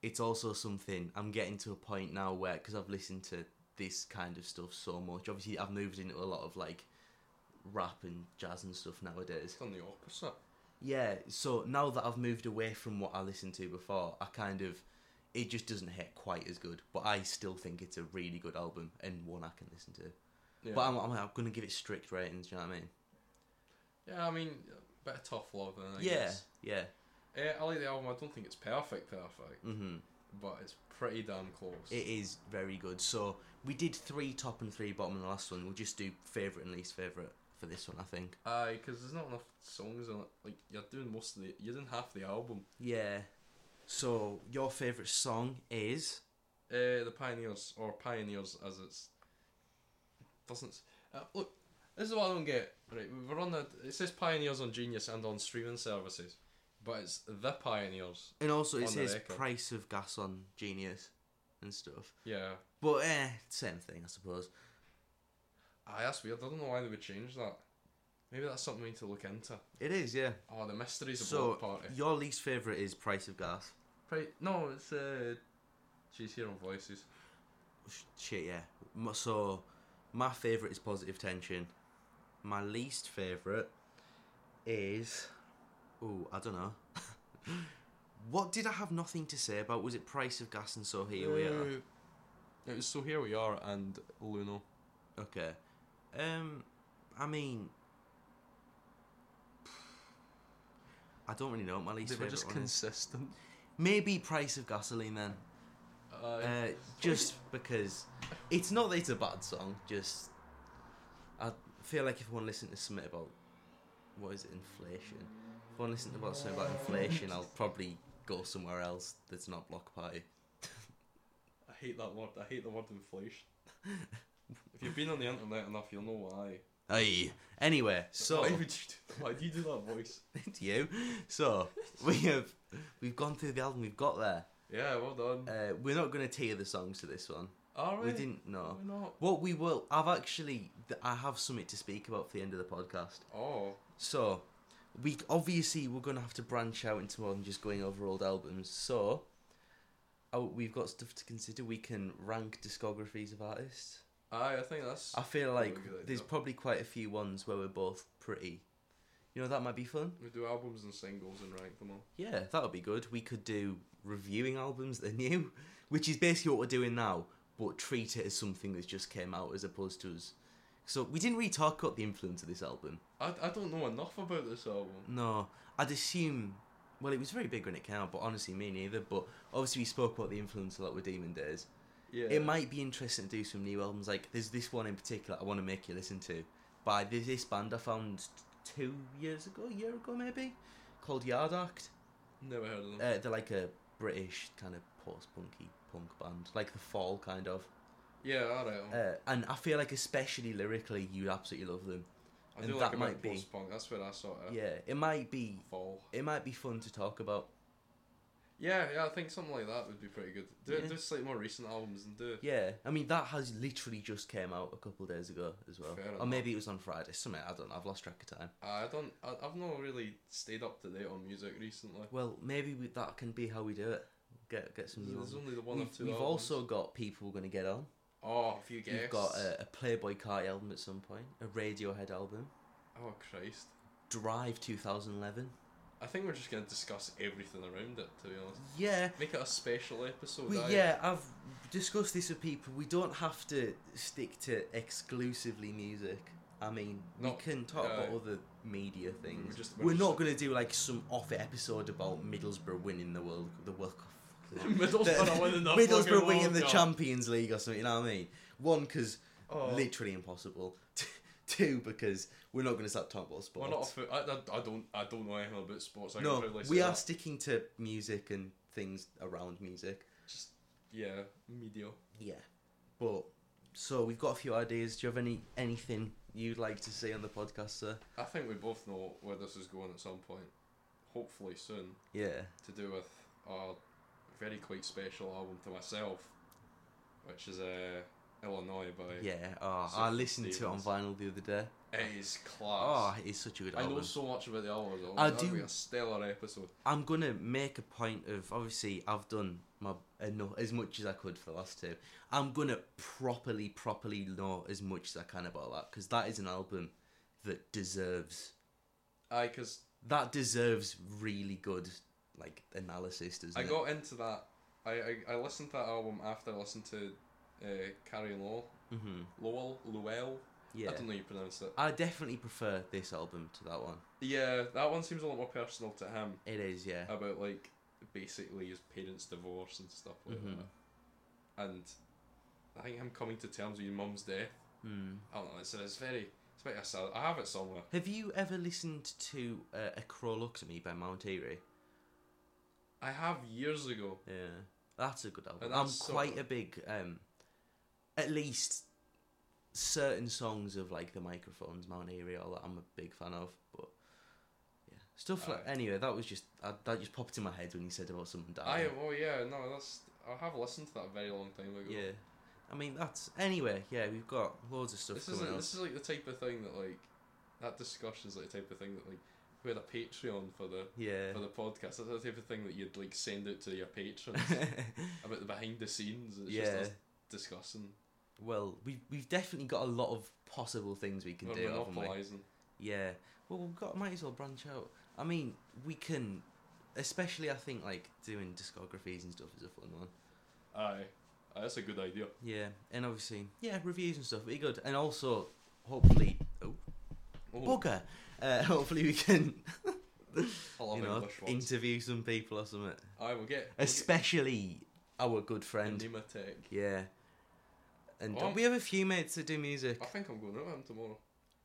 [SPEAKER 1] it's also something I'm getting to a point now where because I've listened to this kind of stuff so much. Obviously, I've moved into a lot of like rap and jazz and stuff nowadays.
[SPEAKER 2] It's on the opposite.
[SPEAKER 1] Yeah, so now that I've moved away from what I listened to before, I kind of it just doesn't hit quite as good. But I still think it's a really good album and one I can listen to.
[SPEAKER 2] Yeah.
[SPEAKER 1] But I'm, I'm, I'm gonna give it strict ratings. Do you know what I mean?
[SPEAKER 2] yeah, I mean, a bit of tough love. Then, I
[SPEAKER 1] yeah,
[SPEAKER 2] guess.
[SPEAKER 1] yeah.
[SPEAKER 2] Uh, I like the album. I don't think it's perfect, perfect,
[SPEAKER 1] hmm
[SPEAKER 2] but it's pretty damn close.
[SPEAKER 1] It is very good. So we did three top and three bottom in the last one. We'll just do favourite and least favourite for this one, I think.
[SPEAKER 2] Aye, because there's not enough songs on it. Like you're doing most of the, you're doing half the album.
[SPEAKER 1] Yeah. So your favourite song is
[SPEAKER 2] Uh, the pioneers or pioneers as it's doesn't. s- Uh, look, this is what I don't get. Right, we're on the. It says pioneers on Genius and on streaming services, but it's the pioneers.
[SPEAKER 1] and also it
[SPEAKER 2] On the
[SPEAKER 1] says
[SPEAKER 2] record.
[SPEAKER 1] price of gas on genius and stuff.
[SPEAKER 2] Yeah.
[SPEAKER 1] But eh, same thing I suppose.
[SPEAKER 2] Aye, that's weird. I don't know why they would change that. Maybe that's something we need to look into.
[SPEAKER 1] It is, yeah.
[SPEAKER 2] Oh, the mysteries of
[SPEAKER 1] So
[SPEAKER 2] Block Party.
[SPEAKER 1] your least favourite is price of gas.
[SPEAKER 2] Right, no, it's uh, she's here on Voices.
[SPEAKER 1] Sh- Shit, yeah. M- So my favourite is positive tension. My least favourite is. Ooh, I don't know. what did I have nothing to say about? Was it Price of Gas and So Here We
[SPEAKER 2] Mm.
[SPEAKER 1] Are?
[SPEAKER 2] It was so here we are and Luno.
[SPEAKER 1] Okay. Um, I mean. I don't really know what my least
[SPEAKER 2] They
[SPEAKER 1] favourite
[SPEAKER 2] were just
[SPEAKER 1] one is.
[SPEAKER 2] consistent.
[SPEAKER 1] Maybe Price of Gasoline then.
[SPEAKER 2] Oh,
[SPEAKER 1] Uh, just because it's not that it's a bad song. Just I feel like if I want to listen to something about what is it, inflation? If I want to listen to about something about inflation, I'll probably go somewhere else that's not Block Party.
[SPEAKER 2] I hate that word. I hate the word inflation. if you've been on the internet enough, you'll know why.
[SPEAKER 1] Aye. Anyway, so
[SPEAKER 2] why would you do, why do you do that voice?
[SPEAKER 1] it's you. So we have we've gone through the album we've got there.
[SPEAKER 2] Yeah, well done.
[SPEAKER 1] Uh, we're not going to tear the songs to this one.
[SPEAKER 2] All
[SPEAKER 1] We
[SPEAKER 2] right.
[SPEAKER 1] didn't know.
[SPEAKER 2] Why not?
[SPEAKER 1] What we will, I've actually, th- I have something to speak about for the end of the podcast.
[SPEAKER 2] Oh,
[SPEAKER 1] So, we obviously we're gonna have to branch out into more than just going over old albums. So, oh, we've got stuff to consider. We can rank discographies of artists.
[SPEAKER 2] aye. I think that's.
[SPEAKER 1] I feel like
[SPEAKER 2] Probably a good
[SPEAKER 1] there's
[SPEAKER 2] idea.
[SPEAKER 1] probably quite a few ones where we're both pretty. You know that might be fun.
[SPEAKER 2] We do albums and singles and rank them all.
[SPEAKER 1] Yeah, that would be good. We could do reviewing albums that are new, which is basically what we're doing now, but treat it as something that's just came out as opposed to us. So we didn't really talk about the influence of this album.
[SPEAKER 2] I, I don't know enough about this album.
[SPEAKER 1] No, I'd assume. Well, it was very big when it came out, but honestly, me neither. But obviously, we spoke about the influence a lot with Demon Days.
[SPEAKER 2] Yeah.
[SPEAKER 1] It might be interesting to do some new albums. Like, there's this one in particular I want to make you listen to by this, this band I found two years ago, a year ago maybe, called Yard Act.
[SPEAKER 2] Never heard of them.
[SPEAKER 1] Uh, they're like a British kind of post-punky punk band, like The Fall kind of.
[SPEAKER 2] yeah, all right. I'll-
[SPEAKER 1] Uh, and I feel like, especially lyrically, you'd absolutely love them.
[SPEAKER 2] I
[SPEAKER 1] and
[SPEAKER 2] do
[SPEAKER 1] that
[SPEAKER 2] like a
[SPEAKER 1] might
[SPEAKER 2] bit
[SPEAKER 1] be-
[SPEAKER 2] Oh. post punk. That's where I sort of
[SPEAKER 1] Yeah, it might be.
[SPEAKER 2] fall.
[SPEAKER 1] It might be fun to talk about.
[SPEAKER 2] Yeah, yeah, I think something like that would be pretty good. Do
[SPEAKER 1] Yeah.
[SPEAKER 2] do slightly more recent albums and do.
[SPEAKER 1] Yeah, I mean that has literally just came out a couple days ago as well,
[SPEAKER 2] Fair
[SPEAKER 1] or
[SPEAKER 2] enough.
[SPEAKER 1] maybe it was on Friday. Something I don't know. I've lost track of time.
[SPEAKER 2] I don't. I, I've not really stayed up to date on music recently.
[SPEAKER 1] Well, maybe we, that can be how we do it. Get get some. new
[SPEAKER 2] There's
[SPEAKER 1] ones.
[SPEAKER 2] only the one or
[SPEAKER 1] We've,
[SPEAKER 2] two.
[SPEAKER 1] we've
[SPEAKER 2] albums.
[SPEAKER 1] also got people we're going to get on.
[SPEAKER 2] Oh, if you guess.
[SPEAKER 1] We've got uh, a, a Playboy Carti album at some point, a Radiohead album,
[SPEAKER 2] Oh Christ!
[SPEAKER 1] Drive 2011.
[SPEAKER 2] I think we're just gonna discuss everything around it. To be honest,
[SPEAKER 1] Yeah,
[SPEAKER 2] make it a special episode.
[SPEAKER 1] we,
[SPEAKER 2] aye.
[SPEAKER 1] yeah, I've discussed this with people. We don't have to stick to exclusively music. I mean,
[SPEAKER 2] Not-
[SPEAKER 1] we can talk about
[SPEAKER 2] no.
[SPEAKER 1] other media things. We're,
[SPEAKER 2] We're just- we're just-
[SPEAKER 1] not going to do like some off episode about Middlesbrough winning the World the World Cup.
[SPEAKER 2] Middlesbrough winning the
[SPEAKER 1] Middlesbrough
[SPEAKER 2] fucking
[SPEAKER 1] winning
[SPEAKER 2] World
[SPEAKER 1] the
[SPEAKER 2] Cup.
[SPEAKER 1] Champions League or something. You know what I mean? One because
[SPEAKER 2] Oh.
[SPEAKER 1] literally impossible. Two because we're not going to start talking about sports.
[SPEAKER 2] We're not. A fo- I, I, I don't. I don't know anything about sports. I can
[SPEAKER 1] no,
[SPEAKER 2] proudly say
[SPEAKER 1] we are
[SPEAKER 2] that.
[SPEAKER 1] sticking to music and things around music.
[SPEAKER 2] Just yeah, media.
[SPEAKER 1] Yeah, but so we've got a few ideas. Do you have any anything you'd like to see on the podcast, sir?
[SPEAKER 2] I think we both know where this is going at some point. Hopefully soon,
[SPEAKER 1] Yeah,
[SPEAKER 2] to do with our very quite special album to myself, which is uh, Illinois by.
[SPEAKER 1] yeah. Oh,
[SPEAKER 2] So
[SPEAKER 1] I listened to it on
[SPEAKER 2] Stevens.
[SPEAKER 1] vinyl the other day.
[SPEAKER 2] It is
[SPEAKER 1] Oh,
[SPEAKER 2] class.
[SPEAKER 1] it's such a good
[SPEAKER 2] I
[SPEAKER 1] album.
[SPEAKER 2] know so much about the album. though.
[SPEAKER 1] I
[SPEAKER 2] That'd
[SPEAKER 1] do-
[SPEAKER 2] Be a stellar episode.
[SPEAKER 1] I'm gonna make a point of obviously I've done my enough as much as I could for the last two. I'm gonna properly, properly know as much as I can about that because that is an album that deserves
[SPEAKER 2] Aye, because
[SPEAKER 1] that deserves really good like analysis. Doesn't
[SPEAKER 2] I
[SPEAKER 1] it?
[SPEAKER 2] got into that. I, I, I listened to that album after I listened to uh, Carrie Lowell.
[SPEAKER 1] hmm
[SPEAKER 2] Lowell? Lowell?
[SPEAKER 1] Yeah,
[SPEAKER 2] I don't know how you pronounce it.
[SPEAKER 1] I definitely prefer this album to that one.
[SPEAKER 2] Yeah, that one seems a lot more personal to him
[SPEAKER 1] It is, yeah.
[SPEAKER 2] about like basically his parents' divorce and stuff like
[SPEAKER 1] Mhm.
[SPEAKER 2] that. And I think him coming to terms with your mum's death.
[SPEAKER 1] Hmm.
[SPEAKER 2] I don't know. It's, it's very. It's a bit of sad. I have it somewhere.
[SPEAKER 1] Have you ever listened to uh, "A Crow Looks at Me" by Mount Airy?
[SPEAKER 2] I have years ago.
[SPEAKER 1] Yeah, that's a good album.
[SPEAKER 2] And
[SPEAKER 1] I'm
[SPEAKER 2] Oh, that's so-
[SPEAKER 1] quite a big, um, at least certain songs of like the microphones, Mount Airy, all that. I'm a big fan of, but yeah, stuff like
[SPEAKER 2] Aye.
[SPEAKER 1] anyway. That was just I, that just popped in my head when you said about someone dying.
[SPEAKER 2] I oh yeah no that's I have listened to that a very long time ago.
[SPEAKER 1] yeah, I mean that's anyway. Yeah, we've got loads of stuff
[SPEAKER 2] This is
[SPEAKER 1] coming out.
[SPEAKER 2] this is like the type of thing that like that discussion is like the type of thing that like we had a Patreon for the
[SPEAKER 1] Yeah.
[SPEAKER 2] for the podcast. That's the type of thing that you'd like send out to your patrons about the behind the scenes. It's
[SPEAKER 1] yeah.
[SPEAKER 2] just us discussing,
[SPEAKER 1] Well, we we've definitely got a lot of possible things we can
[SPEAKER 2] we're
[SPEAKER 1] do, haven't we?
[SPEAKER 2] monopolising.
[SPEAKER 1] Yeah. Well, we've got might as well branch out. I mean, we can, especially I think like doing discographies and stuff is a fun one.
[SPEAKER 2] Aye, Aye, that's a good idea.
[SPEAKER 1] Yeah, and obviously, yeah, reviews and stuff be good, and also hopefully, oh,
[SPEAKER 2] Oh,
[SPEAKER 1] bugger, uh, hopefully we can
[SPEAKER 2] I love
[SPEAKER 1] you know
[SPEAKER 2] English words.
[SPEAKER 1] interview some people or something,
[SPEAKER 2] Aye, we'll get we'll get
[SPEAKER 1] especially our good friend.
[SPEAKER 2] Enigma Tech.
[SPEAKER 1] Yeah. And
[SPEAKER 2] Oh.
[SPEAKER 1] we have a few mates that do music.
[SPEAKER 2] I think I'm going out with him tomorrow.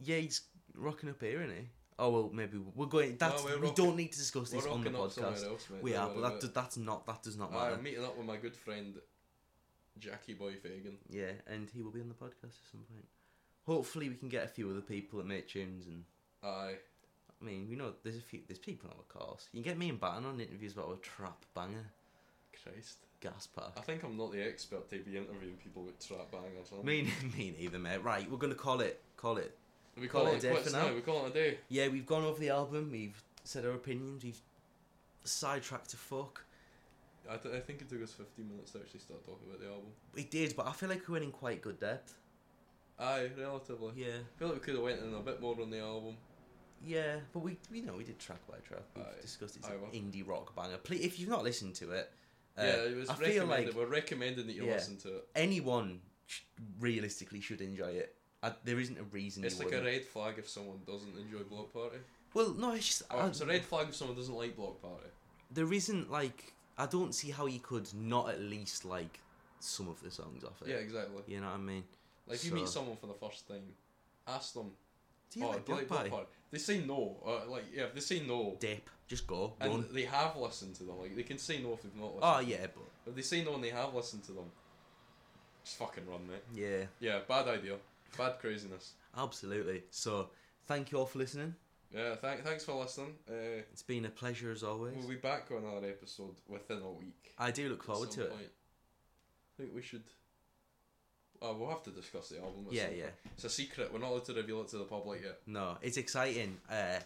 [SPEAKER 1] Yeah, he's rocking up here, isn't he? Oh well, maybe we're going. That's
[SPEAKER 2] we're
[SPEAKER 1] we
[SPEAKER 2] rocking-
[SPEAKER 1] don't need to discuss
[SPEAKER 2] We're
[SPEAKER 1] this on the
[SPEAKER 2] rocking up
[SPEAKER 1] podcast.
[SPEAKER 2] somewhere else, mate.
[SPEAKER 1] We
[SPEAKER 2] don't
[SPEAKER 1] are,
[SPEAKER 2] worry
[SPEAKER 1] but
[SPEAKER 2] about
[SPEAKER 1] that,
[SPEAKER 2] it.
[SPEAKER 1] do- that's not that does not
[SPEAKER 2] Aye,
[SPEAKER 1] matter.
[SPEAKER 2] I'm meeting up with my good friend Jackie Boy Fagan.
[SPEAKER 1] yeah, and he will be on the podcast at some point. Hopefully, we can get a few other people that make tunes, and
[SPEAKER 2] Aye.
[SPEAKER 1] I mean, we know there's a few there's people on our course. You can get me and Batten on interviews about our trap banger,
[SPEAKER 2] Christ.
[SPEAKER 1] Gas Park.
[SPEAKER 2] I think I'm not the expert to be interviewing people with trap bangers. am I?
[SPEAKER 1] Me, n- me neither, mate. Right, we're gonna call it call it.
[SPEAKER 2] we call, it a day
[SPEAKER 1] for now.
[SPEAKER 2] now. We call it a day.
[SPEAKER 1] Yeah, we've gone over the album. We've said our opinions. We've sidetracked to fuck.
[SPEAKER 2] I, th- I think it took us 15 minutes to actually start talking about the album.
[SPEAKER 1] We did, but I feel like we went in quite good depth.
[SPEAKER 2] Aye, relatively.
[SPEAKER 1] Yeah.
[SPEAKER 2] I feel like we could have went in a bit more on the album.
[SPEAKER 1] Yeah, but we you know we did track by track. We've
[SPEAKER 2] Aye.
[SPEAKER 1] discussed it's
[SPEAKER 2] Aye,
[SPEAKER 1] an
[SPEAKER 2] well.
[SPEAKER 1] indie rock banger. Please, if you've not listened to it, uh,
[SPEAKER 2] yeah, it was
[SPEAKER 1] I
[SPEAKER 2] recommended.
[SPEAKER 1] feel like
[SPEAKER 2] We're recommending that you
[SPEAKER 1] Yeah.
[SPEAKER 2] listen to it.
[SPEAKER 1] anyone sh- realistically should enjoy it. I, there isn't a reason.
[SPEAKER 2] It's
[SPEAKER 1] you
[SPEAKER 2] like a
[SPEAKER 1] wouldn't.
[SPEAKER 2] red flag if someone doesn't enjoy Block Party.
[SPEAKER 1] well, no, it's just
[SPEAKER 2] Or
[SPEAKER 1] I-
[SPEAKER 2] Oh, it's a red flag if someone doesn't like Block Party.
[SPEAKER 1] there isn't like I don't see how you could not at least like some of the songs off it.
[SPEAKER 2] Yeah, exactly.
[SPEAKER 1] you know what I mean.
[SPEAKER 2] Like, if you
[SPEAKER 1] So-
[SPEAKER 2] meet someone for the first time, ask them,
[SPEAKER 1] Do you
[SPEAKER 2] oh,
[SPEAKER 1] like
[SPEAKER 2] do you
[SPEAKER 1] Block
[SPEAKER 2] like
[SPEAKER 1] Party?
[SPEAKER 2] Block Party? They say no. Or, like, yeah, if they say no,
[SPEAKER 1] Dip, just go
[SPEAKER 2] and
[SPEAKER 1] run.
[SPEAKER 2] they have listened to them, like, they can say no if they've not listened.
[SPEAKER 1] Oh yeah, but
[SPEAKER 2] If they say no and they have listened to them, just fucking run, mate.
[SPEAKER 1] yeah,
[SPEAKER 2] Yeah, bad idea. Bad craziness.
[SPEAKER 1] absolutely. So thank you all for listening.
[SPEAKER 2] Yeah, thank, thanks for listening. Uh,
[SPEAKER 1] It's been a pleasure as always.
[SPEAKER 2] we'll be back on another episode within a week.
[SPEAKER 1] I do look
[SPEAKER 2] at
[SPEAKER 1] forward
[SPEAKER 2] some
[SPEAKER 1] to it.
[SPEAKER 2] point. I think we should. Oh, we'll have to discuss the album. at
[SPEAKER 1] Yeah,
[SPEAKER 2] some
[SPEAKER 1] yeah.
[SPEAKER 2] point. It's a secret. We're not allowed to reveal it to the public yet.
[SPEAKER 1] No, it's exciting. Uh,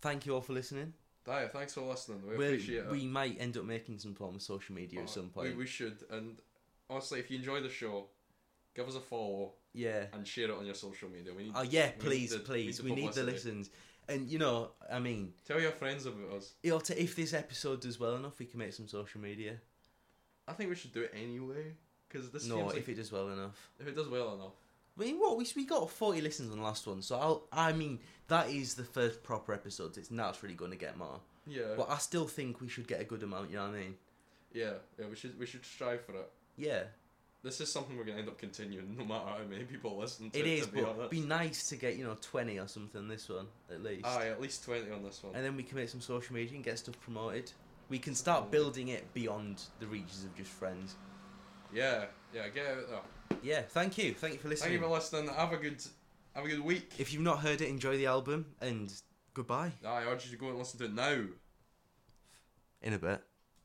[SPEAKER 1] thank you all for listening.
[SPEAKER 2] Daya, thanks for listening. We
[SPEAKER 1] We'll-
[SPEAKER 2] appreciate it.
[SPEAKER 1] we might end up making some form of social media
[SPEAKER 2] Uh,
[SPEAKER 1] at some
[SPEAKER 2] We,
[SPEAKER 1] point.
[SPEAKER 2] we should. And honestly, if you enjoy the show, give us a follow
[SPEAKER 1] yeah.
[SPEAKER 2] and share it on your social media. We need.
[SPEAKER 1] Oh yeah,
[SPEAKER 2] we
[SPEAKER 1] please,
[SPEAKER 2] need the-
[SPEAKER 1] please. We need the
[SPEAKER 2] publicity.
[SPEAKER 1] listens. And you know, I mean,
[SPEAKER 2] Tell your friends about us.
[SPEAKER 1] it'll ta if this episode does well enough, we can make some social media.
[SPEAKER 2] I think we should do it anyway because this
[SPEAKER 1] no,
[SPEAKER 2] seems like
[SPEAKER 1] if it does well enough.
[SPEAKER 2] if it does well enough.
[SPEAKER 1] I mean, what we we got forty listens on the last one, so I'll. I mean, that is the first proper episode. It's naturally going to get more,
[SPEAKER 2] Yeah.
[SPEAKER 1] but I still think we should get a good amount. You know what I mean?
[SPEAKER 2] Yeah. Yeah. We should. We should strive for it.
[SPEAKER 1] Yeah,
[SPEAKER 2] This is something we're gonna end up continuing, no matter how many people listen to it.
[SPEAKER 1] it is.
[SPEAKER 2] to be
[SPEAKER 1] but
[SPEAKER 2] honest. Ah,
[SPEAKER 1] be nice to get you know twenty or something. This one at least,
[SPEAKER 2] Aye, at least twenty on this one.
[SPEAKER 1] and then we can make some social media and get stuff promoted. We can start building it beyond the reaches of just friends.
[SPEAKER 2] Yeah. Yeah. Get it out there.
[SPEAKER 1] Yeah, thank you, thank you for
[SPEAKER 2] Thank
[SPEAKER 1] listening.
[SPEAKER 2] you for listening. Have a good. Have a good week.
[SPEAKER 1] if you've not heard it, enjoy the album and goodbye.
[SPEAKER 2] Aye, I urge you to go and listen to it now.
[SPEAKER 1] In a bit.